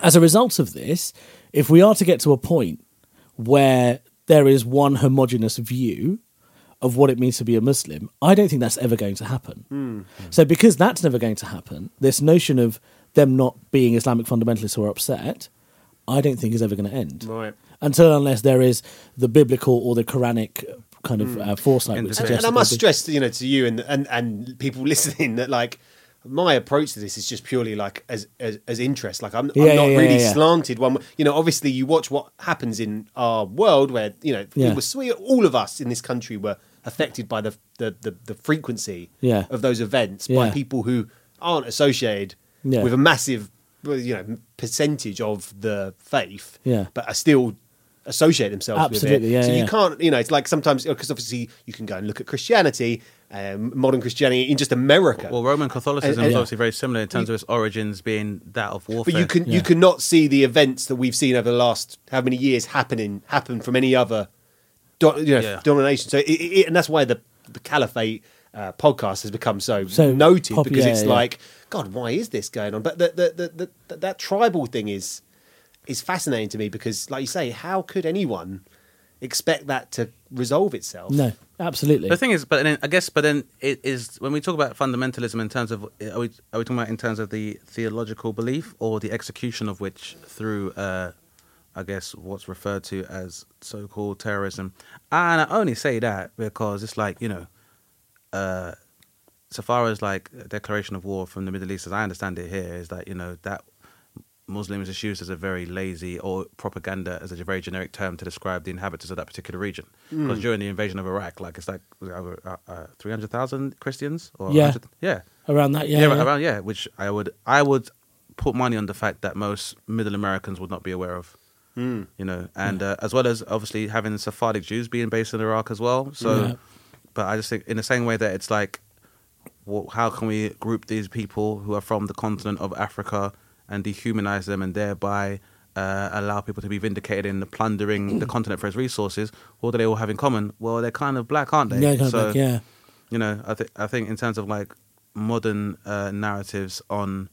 As a result of this, if we are to get to a point where there is one homogenous view of what it means to be a Muslim, I don't think that's ever going to happen. Hmm. So, because that's never going to happen, this notion of them not being Islamic fundamentalists who are upset, I don't think is ever going to end. Right. Until unless there is the biblical or the Quranic kind Hmm. of uh, foresight, which And- suggests. And I that must there'll be- stress, you know, to you and and and people listening that like my approach to this is just purely like as as, as interest. Like I'm, Yeah, I'm not yeah, yeah, really yeah. slanted one. You know, obviously you watch what happens in our world where you know Yeah. we were we, all of us in this country were affected by the the the, the frequency Yeah. of those events by Yeah. people who aren't associated Yeah. with a massive well, you know percentage of the faith, Yeah. but are still associate themselves with Absolutely, it. yeah, so you yeah. can't can't, you know, it's like sometimes because obviously you can go and look at Christianity, um, modern Christianity in just America. Well, Roman Catholicism is And- and- obviously very similar in terms of its origins being that of warfare. but you can you Yeah. cannot see the events that we've seen over the last how many years happening happen from any other do, you know, Yeah. domination. So it, it, it- and that's why the, the caliphate uh, podcast has become so, So noted pop- because yeah, it's yeah. like God, why is this going on? But the, the, the, the, that tribal thing is is fascinating to me because, like you say, how could anyone expect that to resolve itself? No, absolutely. The thing is, but then I guess, but then it is when we talk about fundamentalism in terms of are we are we talking about in terms of the theological belief or the execution of which through, uh, I guess, what's referred to as so-called terrorism. And I only say that because it's like you know, uh, so far as like a declaration of war from the Middle East, as I understand it, here is that you know that Muslims is used as a very lazy or propaganda as a very generic term to describe the inhabitants of that particular region. Because during the invasion of Iraq, like it's like over uh, uh, three hundred thousand Christians or Yeah. 100 yeah, around that, yeah. yeah, yeah. around yeah. Which I would I would put money on the fact that most Middle Americans would not be aware of. You know, and uh, as well as obviously having Sephardic Jews being based in Iraq as well. So, Yeah. but I just think in the same way that it's like, wha- how can we group these people who are from the continent of Africa and dehumanize them and thereby uh, allow people to be vindicated in the plundering the continent for its resources? What do they all have in common? Well, they're kind of black, aren't they? Yeah, kind of So- like, yeah. you know, I think I think in terms of like modern uh, narratives on,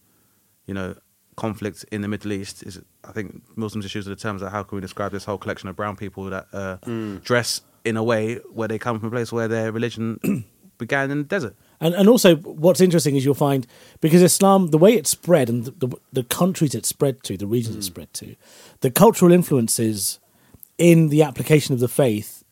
you know, conflict in the Middle East is I think Muslims just use the terms that how can we describe this whole collection of brown people that uh, Mm. dress in a way where they come from a place where their religion began in the desert. And, and also, what's interesting is you'll find because Islam, the way it spread and the, the, the countries it spread to, the regions it spread to, the cultural influences in the application of the faith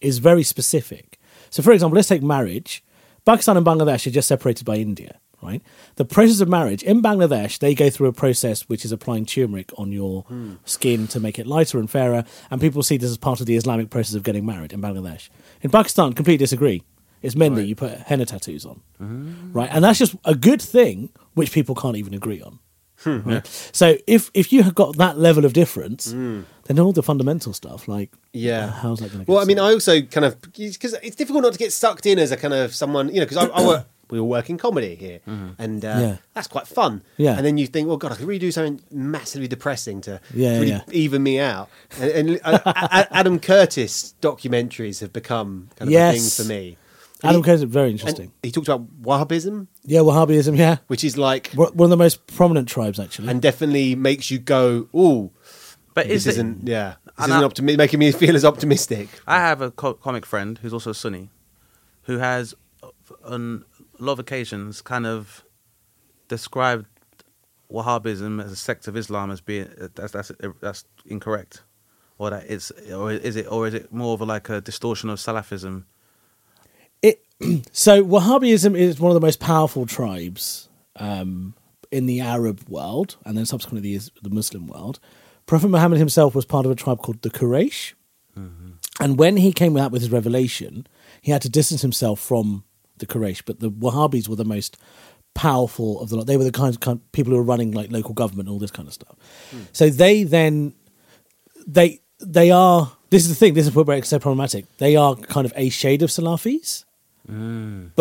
is very specific. So, for example, let's take marriage. Pakistan and Bangladesh are just separated by India, right? The process of marriage in Bangladesh, they go through a process which is applying turmeric on your skin to make it lighter and fairer, and people see this as part of the Islamic process of getting married in Bangladesh. In Pakistan, completely disagree. It's men that you put henna tattoos on, Mm-hmm. right? And that's just a good thing which people can't even agree on. Hmm. right? So if if you have got that level of difference, then all the fundamental stuff like Hmm. uh, Yeah. how's that going to? Well, I mean, I also kind of because it's difficult not to get sucked in as a kind of someone, you know, because I, I work. We all work in comedy here, and uh, Mm-hmm. Yeah. that's quite fun. Yeah. And then you think, well, God, I could really do something massively depressing to Yeah, yeah, really yeah. even me out. And, and uh, A- A- Adam Curtis documentaries have become kind of Yes. a thing for me. And Adam he- Curtis, very and interesting. He talked about Wahhabism, yeah, Wahhabism, yeah, which is like, one one of the most prominent tribes actually. and definitely makes you go, oh, But this is it- isn't, yeah, this And isn't I- optimi- making me feel as optimistic. I have a co- comic friend who's also Sunni, who has uh, on a lot of occasions kind of described Wahhabism as a sect of Islam as being uh, that's that's that's incorrect, or that it's or is it or is it more of a, like a distortion of Salafism? It, so Wahhabism is one of the most powerful tribes um, in the Arab world, and then subsequently the, Is- the Muslim world. Prophet Muhammad himself was part of a tribe called the Quraysh, and when he came out with his revelation, he had to distance himself from the Quraysh. But the Wahhabis were the most powerful of the lot. They were the kind of kind of people who were running like local government, and all this kind of stuff. So they then they they are this is the thing this is where it's so problematic they are kind of a shade of salafis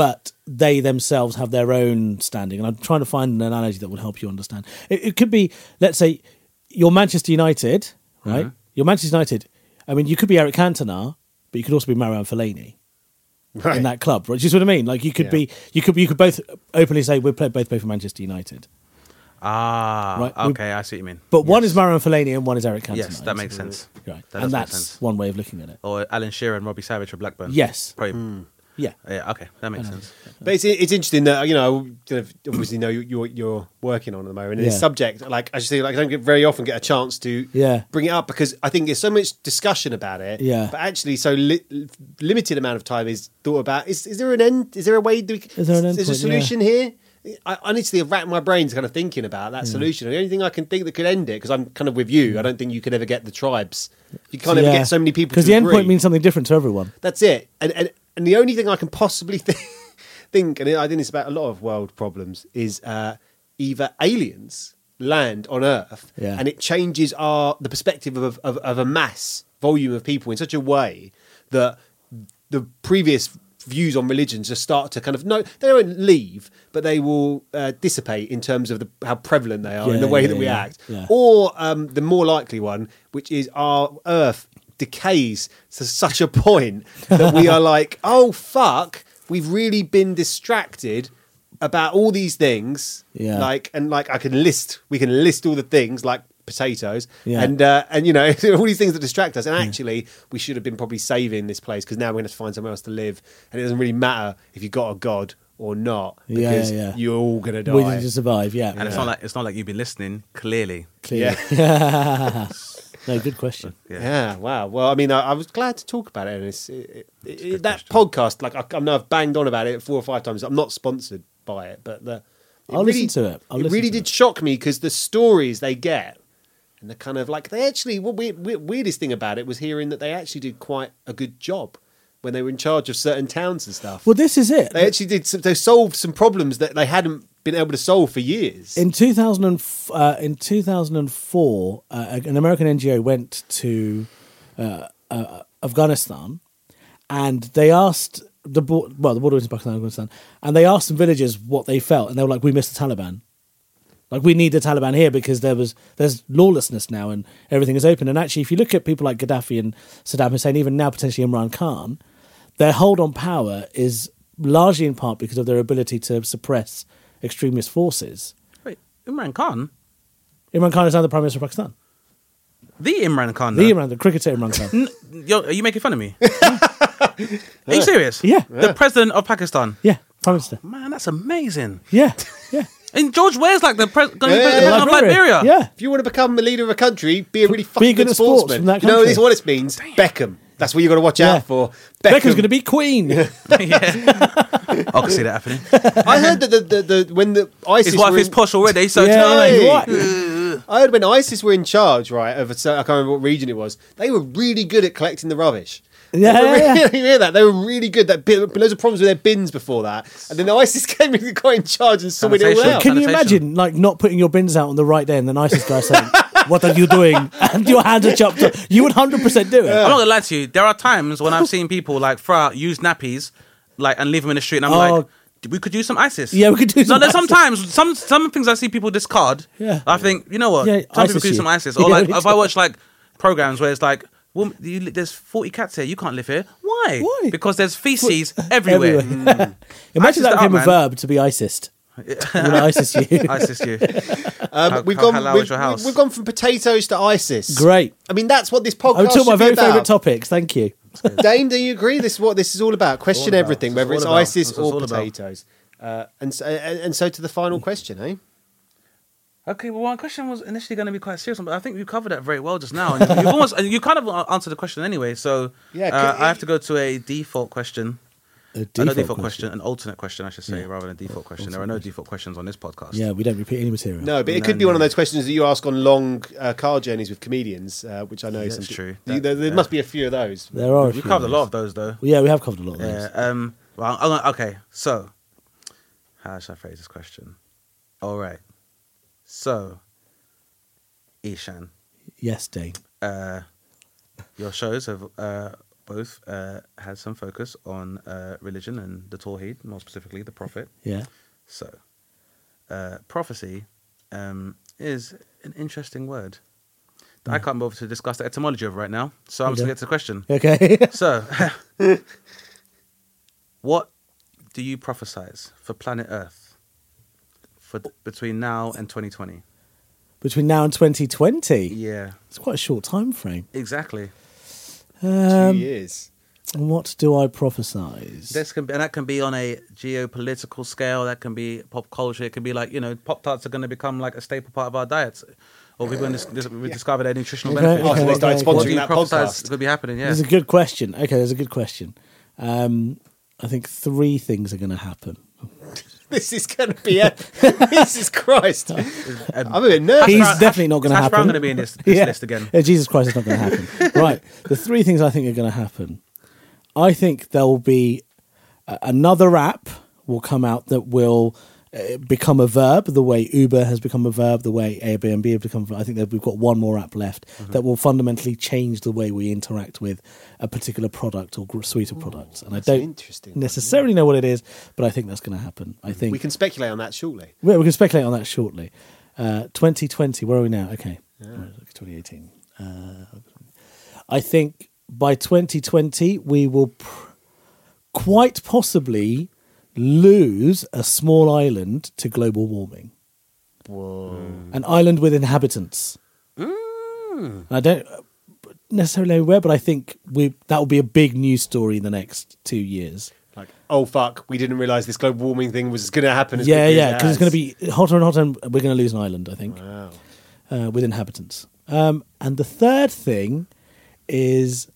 but they themselves have their own standing. And I'm trying to find an analogy that will help you understand. It, it could be, let's say, you're Manchester United, right? Uh-huh. You're Manchester United. I mean, you could be Eric Cantona, but you could also be Marianne Fellaini Right. in that club. Right? Do you see what I mean? Like you could Yeah. be, you could, you could both openly say we play both play for Manchester United, Ah, Right, we- okay, I see what you mean. but one is Marianne Fellaini and one is Eric Cantona. Yes, that makes sense. right, That does and make that's sense. one way of looking at it. Or Alan Shearer and Robbie Savage for Blackburn. Yes. Probably, Yeah, Yeah, okay, that makes sense. But it's, it's interesting that you know, kind of obviously know you- you're you're working on at the moment. And Yeah. It's subject like I should say, like I don't get very often get a chance to Yeah. bring it up because I think there's so much discussion about it. Yeah. but actually, so li- limited amount of time is thought about. Is is there an end? Is there a way? Do we, Is there an end Is a point? Yeah. solution here? I, I need to wrap my brains kind of thinking about that solution. The only thing I can think that could end it because I'm kind of with you. I don't think you could ever get the tribes. You can't ever Yeah. get so many people because to the end agree. point means something different to everyone. That's it. And and, and the only thing I can possibly think, think, and I think it's about a lot of world problems, is uh, either aliens land on Earth Yeah. and it changes our the perspective of, of of a mass volume of people in such a way that the previous views on religion just start to kind of no they won't leave but they will uh, dissipate in terms of the, how prevalent they are Yeah, and the way yeah, that we yeah, act yeah. or um, the more likely one, which is our Earth decays to such a point that we are like, oh fuck, we've really been distracted about all these things. Yeah. Like and like I can list, we can list all the things like potatoes Yeah. and uh, and you know all these things that distract us. And actually, we should have been probably saving this place because now we're going to find somewhere else to live, and it doesn't really matter if you got a god or not Yeah, because yeah. you're all going to die. We need to survive. Yeah, And it's not like it's not like you've been listening clearly. clearly. yeah. no, good question. Yeah. Yeah. Wow. Well, I mean, I, I was glad to talk about it, and it's it, it, it, that podcast. Like I, I know I've banged on about it four or five times. I'm not sponsored by it, but the it I'll listen to it. I'll listen really to did it. shock me because the stories they get and the kind of like they actually what we, we, weirdest thing about it was hearing that they actually did quite a good job when they were in charge of certain towns and stuff. Well, this is it. they actually did. Some, they solved some problems that they hadn't been able to solve for years. In 2000 and f- uh, in 2004, uh, an American NGO went to uh, uh, Afghanistan, and they asked the bo- well the border between Pakistan and Afghanistan, and they asked some villagers what they felt, and they were like, "We miss the Taliban." Like we need the Taliban here because there was there's lawlessness now and everything is open. And actually, if you look at people like Gaddafi and Saddam Hussein, even now potentially Imran Khan, their hold on power is largely in part because of their ability to suppress extremist forces. Wait, Imran Khan, Imran Khan is now the Prime Minister of Pakistan. the Imran Khan. The though. Imran, the cricketer Imran Khan. N- Yo, are you making fun of me? are you serious? Yeah. The president of Pakistan. yeah, Prime Minister. Man, that's amazing. Yeah, yeah. And George Ware's like the pres- gonna be Yeah, president yeah, of Liberia. Yeah. If you want to become the leader of a country, be a really fucking Be good good, at sports sportsman. from that you know, country. this is what it means. Beckham. That's what you got to watch Yeah. out for. Beckham. Beckham's going to be Queen. yeah. Oh, I can see that happening. I heard that the, the, the when the ISIS His wife were is in- posh already, so Yeah, do you know what I mean? you're right. I heard when ISIS were in charge, right? Of a, cer- I can't remember what region it was. They were really good at collecting the rubbish. Yeah, They were yeah, yeah. really- you hear that? They were really good. That bit, loads of problems with their bins before that, and then ISIS came and got in charge and sorted it all Sanitation. out. Can you Sanitation. imagine, like, not putting your bins out on the right day and the nicest guy saying, "What are you doing?" and your hands are chopped up? You would hundred percent do it. I'm not gonna lie to you. There are times when I've seen people like throw out used nappies, like and leave them in the street, and I'm Oh. like, we could use some ISIS. Yeah, we could do No, some there's ISIS. sometimes some some things I see people discard. Yeah. I think you know what? Yeah, some people ISIS could use you. some ISIS, or Yeah, like we if I do. watch like programs where it's like. Well, you, li- there's 40 cats here. You can't live here. Why? Why? Because there's feces everywhere. Imagine ISIS that that became a up, man. verb to be ISIS. I'm gonna ISIS you. ISIS you. Um, How- we've how gone. halal We've, is your house? we've gone from potatoes to ISIS. Great. I mean, that's what this Oh, podcast. I took should my be very about. favourite topics. Thank you. Dane, do you agree? This is what this is all about. Question about. everything, This is whether all it's about. ISIS This is or all about. potatoes. Uh, and, so, and and so to the final question, eh? Okay, well, my question was initially going to be quite serious, but I think you covered that very well just now. And you've almost, and you kind of a- answered the question anyway. So Yeah, uh, could- I have to go to a default question. A Uh, no default question, an alternate question, I should say, rather than a default question. There are no default questions on this podcast. Yeah, we don't repeat any material. No, but it could No, be one of no. those questions that you ask on long uh, car journeys with comedians, uh, which I know That's some- true. There, That- there- there yeah. must be a few of those. there are. we covered a lot of those though. Yeah, we have covered a lot of those. Yeah. Um. Well, I'm gonna- okay. So, how should I phrase this question? All right. So, Ishan, Yes, Dane. uh, your shows have uh, both uh, had some focus on uh, religion and the Tawheed, more specifically the Prophet. Yeah. So, uh, prophecy um, is an interesting word that I can't bother to discuss the etymology of right now. So I'm just going to get Okay. to the question. So, Okay. what do you prophesize for planet Earth for between now and 2020? Between now and 2020, Yeah, it's quite a short time frame. exactly. Um, Two years. What do I prophesize? This can be, and that can be on a geopolitical scale. That can be pop culture. It can be like you know, pop tarts are going to become like a staple part of our diets, or people going to dis- we discover their nutritional Okay, benefits. Oh, so they okay, started okay. What do sponsoring you that prophesize podcast. could be happening? Yeah, There's a good question. Okay, there's a good question. Um, I think three things are going to happen. This is going to be a. Jesus Christ. I'm a bit nervous. He's definitely not going to Hash Brown happen. going to be in this, this Yeah. list again. Yeah, Jesus Christ, it's not going to happen. right. The three things I think are going to happen. I think there will be a- another app will come out that will uh, become a verb the way Uber has become a verb, the way Airbnb have become. I think that we've got one more app left Mm-hmm. that will fundamentally change the way we interact with a particular product or gr- suite of products. And I don't interesting one, necessarily know what it is, but I think that's going to happen. Mm-hmm. I think We can speculate on that shortly. well, we can speculate on that shortly. Uh, 2020, where are we now? Okay. Right, look, 2018. Uh, I think by 2020, we will pr- quite possibly lose a small island to global warming. Whoa. An island with inhabitants. And I don't uh, necessarily know where, but I think we that will be a big news story in the next two years. Like, oh, fuck, we didn't realize this global warming thing was going to happen. As yeah, quickly yeah, as it because it's going has. to be hotter and hotter, and we're going to lose an island, I think Wow. uh, with inhabitants. Um, and the third thing is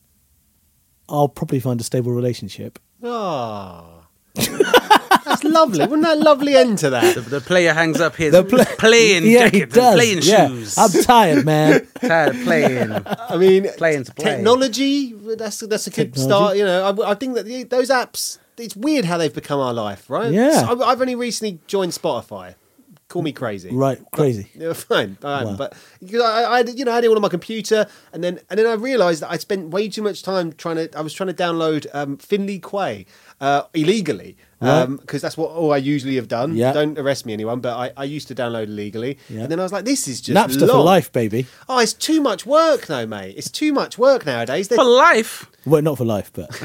I'll probably find a stable relationship. Ah. That's lovely. Wasn't that a lovely end to that? The, the player hangs up his The pla- playing jacket, and playing yeah. shoes. I'm tired, man. Tired of playing. I mean, Playing to play. technology. That's that's a good Technology. start. You know, I, I think that the, those apps. It's weird how they've become our life, right? Yeah. So I, I've only recently joined Spotify. Call me crazy. right, crazy. Yeah, fine, I am, Wow. but because I, I, had- you know, I had it all on my computer, and then and then I realised that I spent way too much time trying to. I was trying to download um, Finley Quay uh, illegally because that's what all I usually have done. Yeah. Don't arrest me, anyone. But I, I used to download illegally, Yeah. and then I was like, this is just Napster for long. life, baby. Oh, it's too much work, though, mate. It's too much work nowadays. They, For life. Well, not for life, but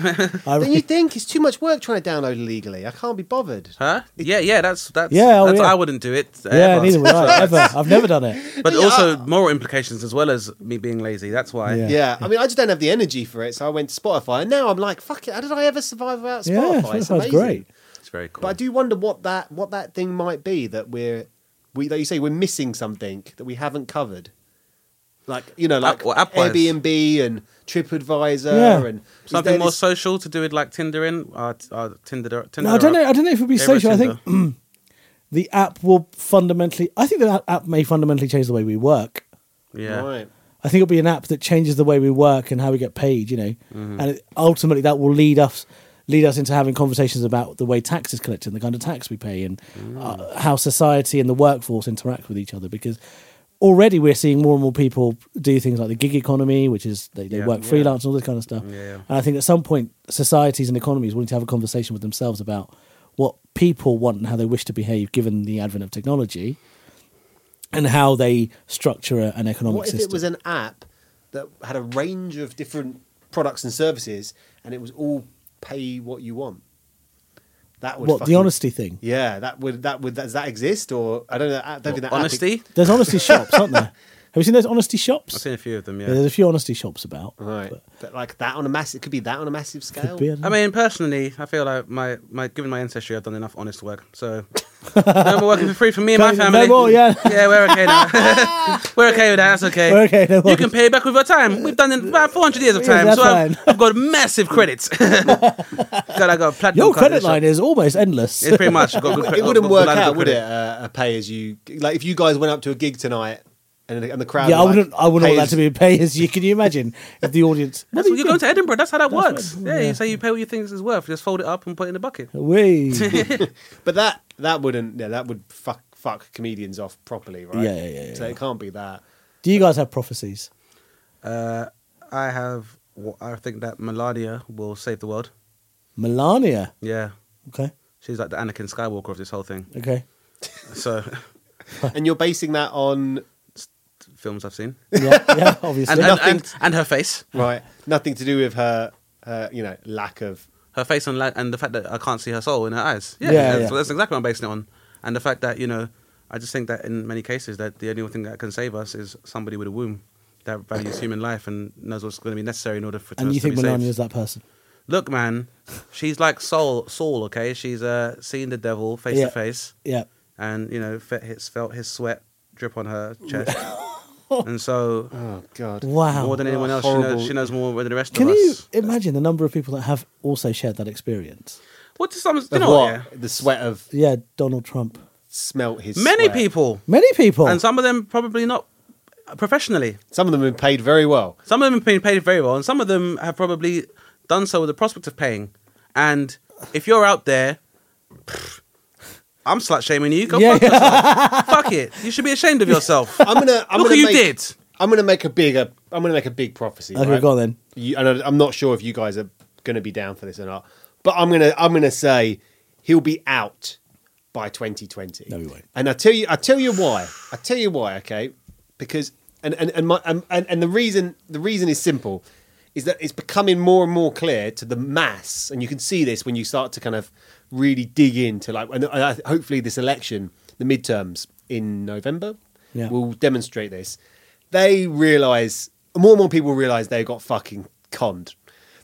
I, don't you think it's too much work trying to download illegally? I can't be bothered. Huh? Yeah, yeah, that's that's Yeah, oh, that's yeah. I wouldn't do it. uh, yeah, ever. neither would I ever. I've never done it. But also moral implications as well as me being lazy. That's why. Yeah. Yeah, I mean, I just don't have the energy for it, so I went to Spotify, and now I'm like, fuck it. How did I ever survive without Yeah, Spotify? it's Spotify's amazing. great. It's very cool. But I do wonder what that what that thing might be that we're we like you say we're missing something that we haven't covered, like you know, like App- well, app-wise. Airbnb and TripAdvisor Yeah. and is Something there more this- social to do with like Tindering. Uh, t- uh, Tinder, Tinder. No, I don't know. I don't know if it would be They wrote social. I think the app will fundamentally. I think the app may fundamentally change the way we work. Yeah. Right. I think it'll be an app that changes the way we work and how we get paid, you know, and it, ultimately that will lead us lead us into having conversations about the way tax is collected, and the kind of tax we pay, and uh, how society and the workforce interact with each other. Because already we're seeing more and more people do things like the gig economy, which is they, they Yeah. work Yeah. freelance and all this kind of stuff. yeah. And I think at some point societies and economies will need to have a conversation with themselves about what people want and how they wish to behave given the advent of technology. And how they structure a- an economic What if system. it was an app that had a range of different products and services, and it was all pay what you want? That would What the fucking- honesty thing? Yeah, that would that would does that exist or I don't know. I don't think that app- Honesty. There's honesty shops, aren't there? Have you seen those honesty shops? I've seen a few of them. Yeah, There's Yeah. Uh-huh. a few honesty shops about. right? But like that on a massive, it could be that on a massive scale. Could be, I mean, personally, I feel like my, my given my ancestry, I've done enough honest work. So no more working for free for me and my No- no family. more, yeah. yeah, we're okay now. we're okay with that. That's okay. We're okay, no you worries. can pay back with your time. We've done it about 400 years of Years time, of so I've, time. I've got massive credits. God, I got a platinum. Your card in credit the line shop. is almost endless. It's pretty much. I've Got good cre- it got- wouldn't got work line of out, good would credit. it? Uh, a pay as you like if you guys went up to a gig tonight and, and the crowd. yeah, I were like, wouldn't. I wouldn't pay want as- that to be a pay as you. Can you imagine if the audience? What That's are what, you're going to Edinburgh. That's how that works. what- yeah, you say you pay what you think it's worth. Just fold it up and put it in the bucket. doing? We. But that that wouldn't. Yeah, that would fuck fuck comedians off properly, right? Yeah, yeah, yeah, So it can't be that. Do you guys have prophecies? I have Well, I think that Melania will save the world. Melania. Yeah, Okay. she's like the Anakin Skywalker of this whole thing. Okay. So, and you're basing that on films I've seen, Yeah. Yeah. Obviously. and and, and, and her face, right nothing to do with her, her you know, lack of. her face, and la- and the fact that I can't see her soul in her eyes. Yeah, Yeah, that's, yeah. that's exactly what I'm basing it on. And the fact that you know, I just think that in many cases that the only thing that can save us is somebody with a womb that values human life and knows what's going to be necessary in order for And us you to think be saved. Melania is that person? Look, man, she's like Saul. Saul, okay, she's uh, seen the devil face Yeah. to face, Yeah. and you know, fe- his, felt his sweat drip on her chest, and so Oh God! Wow. more than anyone else, she horrible. knows, she knows more than the rest Can of you us. imagine the number of people that have also shared that experience? What do some? do you Of know what? what? yeah? The sweat of Yeah, Donald Trump. smelt his. Many sweat. people, Many people. and some of them probably not professionally. Some of them have been paid very well. Some of them have been paid very well, and some of them have probably done so with the prospect of paying. And if you're out there, pfft, I'm slut shaming you. Go Yeah. fuck yourself. fuck it. You should be ashamed of yourself. I'm gonna. I'm Look gonna who you make, did. I'm gonna make a bigger. I'm gonna make a big prophecy. okay, right? go on then. You, and I- I'm not sure if you guys are gonna be down for this or not. But I'm gonna. I'm gonna say he'll be out by 2020. No, he won't. And I tell you. I tell you why. I tell you why. Okay, because and and and my, and, and and the reason the reason is simple. Is that it's becoming more and more clear to the mass, and you can see this when you start to kind of really dig into like, and I- hopefully this election, the midterms in November, Yeah. will demonstrate this. They realize more and more people realize they got fucking conned.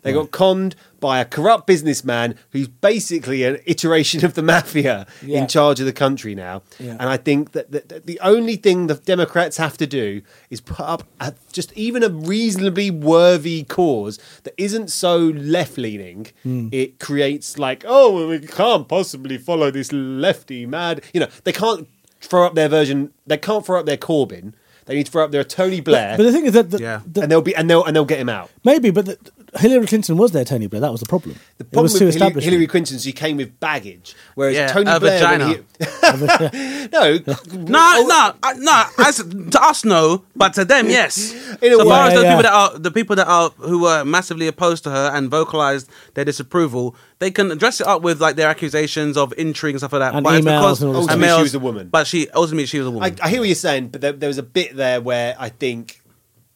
They got conned by a corrupt businessman who's basically an iteration of the mafia Yeah. in charge of the country now. Yeah. And I think that the, that the only thing the Democrats have to do is put up a, just even a reasonably worthy cause that isn't so left leaning. Hmm. It creates like, oh, well, we can't possibly follow this lefty mad. You know, they can't throw up their version. They can't throw up their Corbyn. They need to throw up their Tony Blair, But the thing is that the, Yeah. the- and they'll be and they'll and they'll get him out. maybe, but the, Hillary Clinton was there, Tony Blair. That was the problem. The it was problem too with Hillary, established. Hillary Clinton, she came with baggage, whereas Yeah, Tony a Blair, vagina. when he, No, no, oh. no, I- no. As, to us, no, but to them, yes. In a so far way. as the Yeah, people yeah. that are the people that are who were massively opposed to her and vocalized their disapproval, they can dress it up with like their accusations of intrigue and stuff like that. And but it's emails because and all this Ultimately, emails- she was a woman. But she ultimately she was a I, woman. I hear what you're saying, but there, there was a bit there where I think,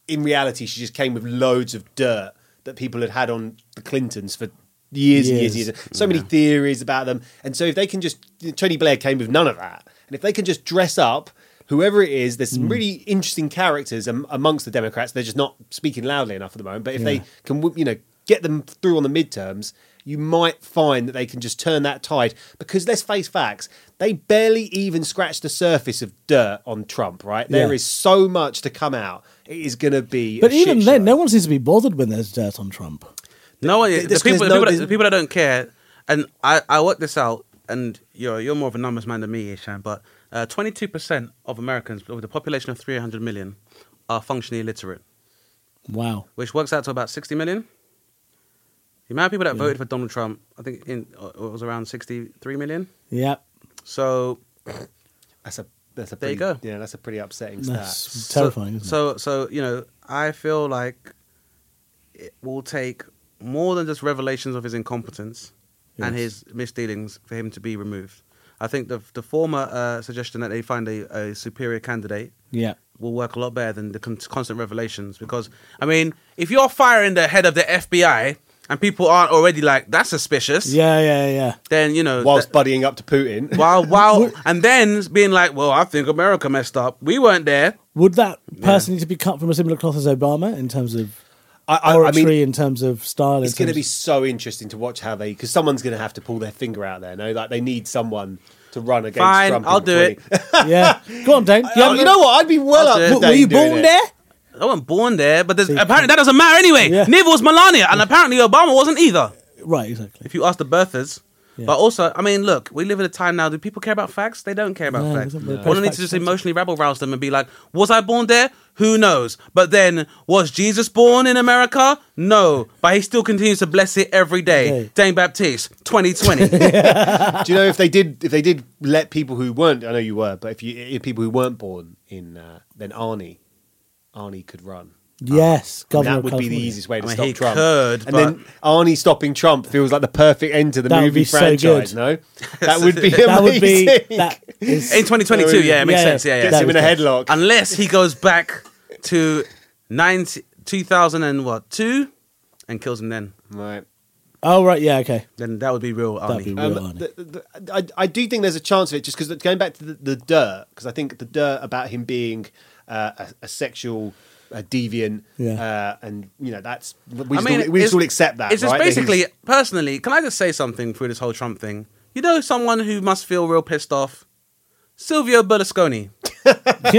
in reality, she just came with loads of dirt that people had had on the Clintons for years, and years and Years. years. So many theories about them, and so if they can just, Tony Blair came with none of that, and if they can just dress up. Whoever it is, there's Mm. some really interesting characters am- amongst the Democrats. They're just not speaking loudly enough at the moment. But if they Yeah. can, w- you know, get them through on the midterms, you might find that they can just turn that tide. Because let's face facts, they barely even scratched the surface of dirt on Trump. Right? There is Yeah. so much to come out. It is going to be. but a even shit then, show. no one seems to be bothered when there's dirt on Trump. no, one- th- the this- people, there's the no- people, that, there's- the people that don't care, and I, I worked this out, and you're you're more of a numbers man than me, Ishan. But twenty two percent of Americans with a population of three hundred million are functionally illiterate. Wow. which works out to about 60 million. The amount of people that voted for Donald Trump, I think in, uh, it was around 63 million. Yeah. So That's a that's a There you pretty, go. Yeah, that's a pretty upsetting stat. That's terrifying, so, isn't it? so, so, you know, I feel like it will take more than just revelations of his incompetence and his misdealings for him to be removed. I think the the former uh, suggestion that they find a, a superior candidate Yeah. will work a lot better than the con- constant revelations because I mean, if you're firing the head of the FBI and people aren't already like that's suspicious, Yeah, yeah, yeah. then you know Whilst that- buddying up to Putin, while while and then being like, well, I think America messed up. We weren't there. Would that person need to be cut from a similar cloth as Obama in terms of I, I, I oratory, mean, in terms of style? in it's going to be terms- so interesting to watch how they because someone's going to have to pull their finger out there. No, like they need someone to run against. Fine, Trump in I'll do it. 20. yeah. Go on, Dane. Yeah, you know what? I'd be well I'll up. do it. for Were you Dane doing born it. there? I wasn't born there, but there's, See, apparently that doesn't matter anyway. Yeah. Neither was Melania, and apparently Obama wasn't either. Right, exactly. If you ask the birthers. Yeah. But also, I mean, look, we live in a time now. Do people care about facts? They don't care about No, facts. they don't- they don't One care needs to facts, just don't they? emotionally rabble rouse them and be like, "Was I born there? Who knows?" But then, was Jesus born in America? No, but he still continues to bless it every day. Okay. Dane Baptiste, 2020. Do you know if they did if they did let people who weren't I know you were, but if you if people who weren't born in uh, then Arnie Arnie could run. Yes, Governor that of would be the California. easiest way to I mean, stop he Trump. could, and then Arnie stopping Trump feels like the perfect end to the That would movie be so franchise. good. No, that would be amazing. That would be that is In 2022, yeah, it makes Yeah, sense. Yeah, yeah. that Gets him is in a good. headlock. Unless he goes back to 90, 2000 and what two, and kills him then. right. Oh right, yeah, okay. Then that would be real Arnie. That'd be Um, real Arnie. the- the- the- I, I do think there's a chance of it, just because going back to the, the dirt, because I think the dirt about him being uh, a, a sexual a deviant, Yeah. uh, and you know that's we just, all, we just it's- all accept that. It's just right? That he's- basically, personally, can I just say something through this whole Trump thing? You know, someone who must feel real pissed off, Silvio Berlusconi,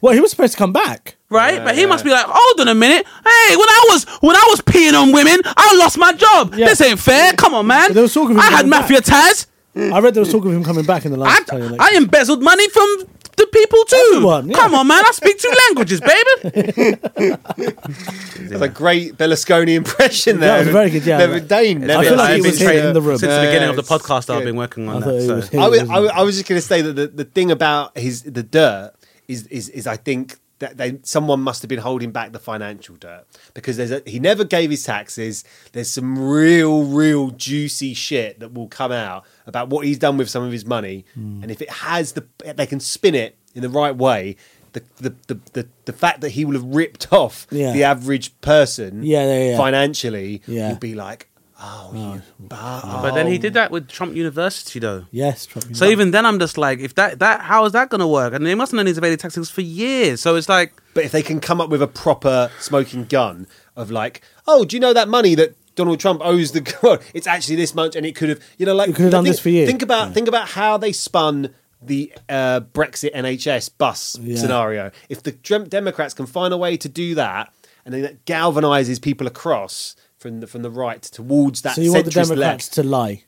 well, he was supposed to come back. right? but he must be like, hold on a minute, hey, when I was when I was peeing on women, I lost my job. Yeah. This ain't fair. Come on, man. But they were talking I about had him back. mafia ties. I read there was talk of him coming back in the I, last Italian I election. embezzled money from the people too. Everyone, yeah. Come on, man. I speak two languages, baby. that's a great Berlusconi impression there. That was very good, yeah. Never Dane. I never feel like Dane. he was here in the room. Since the beginning of the it's podcast, I've good. been working I on thought that. he So. was here. I was, wasn't I, was- I was just going to say that the, the thing about his the dirt is is, is I think that they someone must have been holding back the financial dirt because there's a, he never gave his taxes. There's some real real juicy shit that will come out about what he's done with some of his money, Hmm. and if it has the they can spin it in the right way. The, the, the, the, the fact that he will have ripped off Yeah. the average person Yeah, yeah, yeah. financially Yeah. will be like, oh, you bu- But then he Um, did that with Trump University, though. Yes, Trump. So even then, I'm just like, if that that how is that going to work? And they must have known he's evaded taxes for years. So it's like, But if they can come up with a proper smoking gun of like, oh, do you know that money that Donald Trump owes the well, it's actually this much, and it could have, you know, like It could have done think, this for you. Think about think about how they spun the uh, Brexit NHS bus Yeah. scenario. If the Dem- Democrats can find a way to do that, and then that galvanizes people across from the from the right towards that so you want the centrist Democrats left. to lie?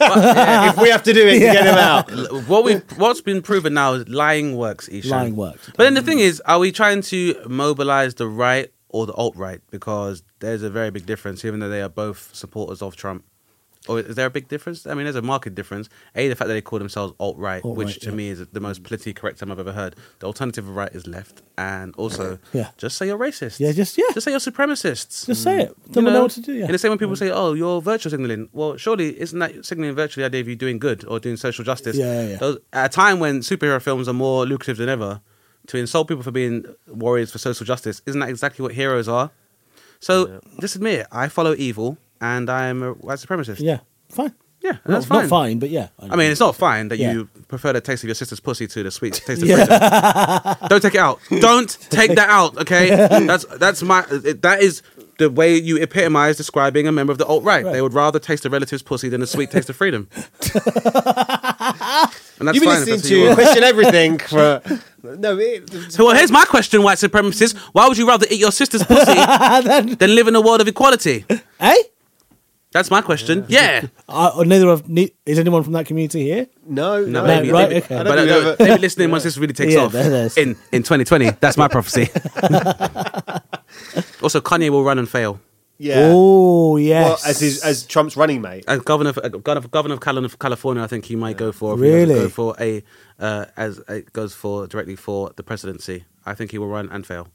if we have to do it to get him out, what we what's been proven now is lying works, Ishan. Lying works. But then the thing is, are we trying to mobilize the right or the alt right? Because there's a very big difference, even though they are both supporters of Trump. Or is there a big difference? I mean, there's a marked difference. A, the fact that they call themselves alt right, which Alt-right, to yeah. me is the most politically correct term I've ever heard. The alternative right is left, and also Yeah. just say you're racist. Yeah, just- yeah. just say you're supremists. Just say it. You Don't know, know? what to do. Yeah. And the same when people say, "Oh, you're virtual signaling." Well, surely isn't that signaling virtually the idea of you doing good or doing social justice? Yeah, yeah, yeah. Those, at a time when superhero films are more lucrative than ever, to insult people for being warriors for social justice isn't that exactly what heroes are? So just admit, it, I follow evil and I am a white supremacist. yeah, fine. yeah, and Not- that's fine. Not fine, but yeah. I mean, it's not fine that Yeah. you prefer the taste of your sister's pussy to the sweet taste of Yeah. prison. Don't take it out. Don't take that out. Okay, that's that's my that is the way you epitomize describing a member of the alt right. They would rather taste a relative's pussy than the sweet taste of freedom. and that's you've been fine if listening that's who you to are. question everything for no. It, So, well, here's my question, white supremacists: Why would you rather eat your sister's pussy than live in a world of equality? eh? That's my question. Yeah. I, or neither of ne- is anyone from that community here. no, no, No, maybe, right, maybe- okay. I don't But think no, we've ever- maybe listening once this really takes Yeah, off there it is. in in 2020. That's my prophecy. also, Kanye will run and fail. Yeah. Oh yes. Well, as his as Trump's running mate. As governor, of, uh, governor, of- governor of Cali- of California, I think he might go for if he Really? doesn't go for a uh, as it goes for directly for the presidency. I think he will run and fail.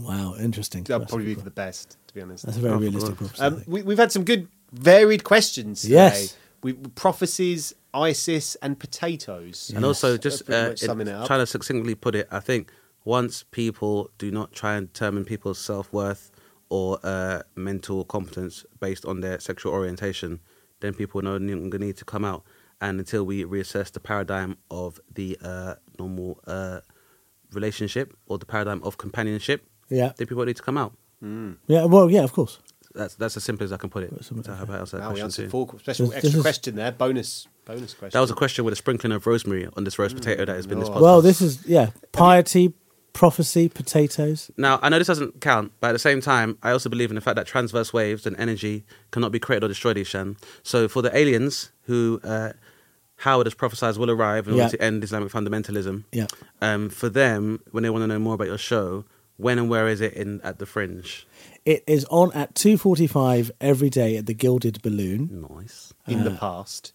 wow, interesting. That'll probably be for the best, to be honest. That's a very realistic prophecy. I Um, think. we, we've had some good varied questions. Today. Yes. We prophecies, ISIS, and potatoes. And also, just pretty uh, much summing it- it up. trying to succinctly put it, I think once people do not try and determine people's self worth or uh, mental competence based on their sexual orientation, then people no longer need to come out. And until we reassess the paradigm of the uh, normal uh, relationship or the paradigm of companionship, Yeah. then people need to come out. Yeah. Well, yeah. Of course. That's that's as simple as I can put it. So how about answer that Wow, we question answered too? four special This- this extra is- question there. Bonus, bonus question. That was a question with a sprinkling of rosemary on this Mm. roast potato that has been this podcast. Well, this is yeah. Piety, prophecy, potatoes. Now, I know this doesn't count, but at the same time, I also believe in the fact that transverse waves and energy cannot be created or destroyed, Ishan. So, for the aliens who uh, Howard has prophesied will arrive in Yeah. order to end Islamic fundamentalism, Yeah. um, for them, when they want to know more about your show, when and where is it in at the fringe? It is on at two forty-five every day at the Gilded Balloon. Nice. in the past.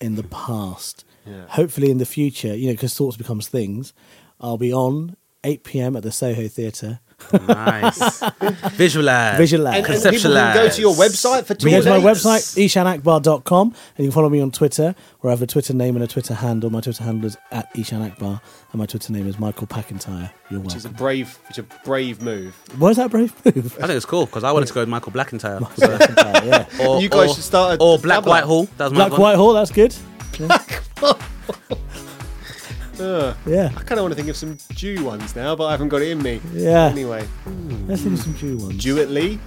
Ah, in the past. Yeah. Hopefully, in the future, you know, because thoughts becomes things. I'll be on 8 p.m. at the Soho Theatre. Nice. Visualize. Visualize. And, and people can go to your website for tour Here's my dates? website, ishanakbar.com, and you can follow me on Twitter, where I have a Twitter name and a Twitter handle. My Twitter handle is at ishanakbar, and my Twitter name is Michael Packintyre. You're Which is a welcome. brave, which is a brave move. Why is that a brave move? I think it's cool because I wanted to go with Michael Blackentyre. Packintyre, yeah. Or, You guys or- should start a- or a Black tablet. Whitehall. That was my Black one. Whitehall, that's good. Yeah. I kind of want to think of some Jew ones now, but I haven't got it in me. Yeah. Anyway, Let's do some Jew ones. Jewett Lee.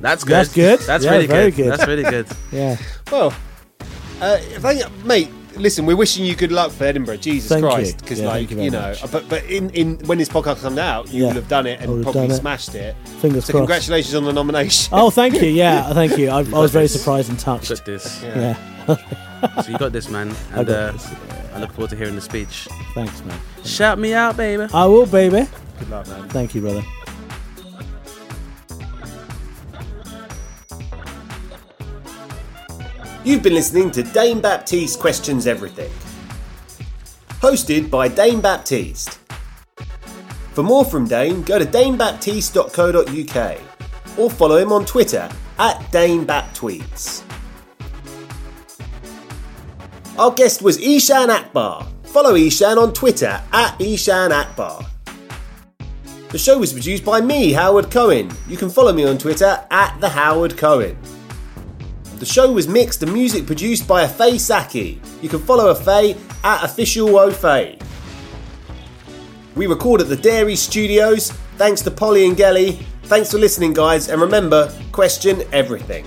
That's good. That's good. That's Yeah, really very good. good. That's really good. Yeah. Well, uh, thank mate. Listen, we're wishing you good luck for Edinburgh. Jesus Thank you. Christ, because Yeah, like thank you you, very know, much. but but in, in when this podcast comes out, you Yeah. will have done it I will and have probably done it. smashed it. Fingers so crossed. congratulations on the nomination. Oh, thank you. Yeah, thank you. I, I was very surprised and touched. Got this. Yeah. So you got this, man. And got uh, this. I look forward to hearing the speech. Thanks, man. Shout me out, baby. I will, baby. Good luck, man. Thank you, brother. You've been listening to Dame Baptiste Questions Everything. Hosted by Dame Baptiste. For more from Dame, go to damebaptiste.co.uk or follow him on Twitter at DameBapTweets. Our guest was Ishan Akbar. Follow Ishan on Twitter at Ishan Akbar. The show was produced by me, Howard Cohen. You can follow me on Twitter at the Howard Cohen. The show was mixed and music produced by Afei Saki. You can follow Afei at OfficialOfei. We record at the Dairy Studios. Thanks to Polly and Gelly. Thanks for listening, guys, and remember question everything.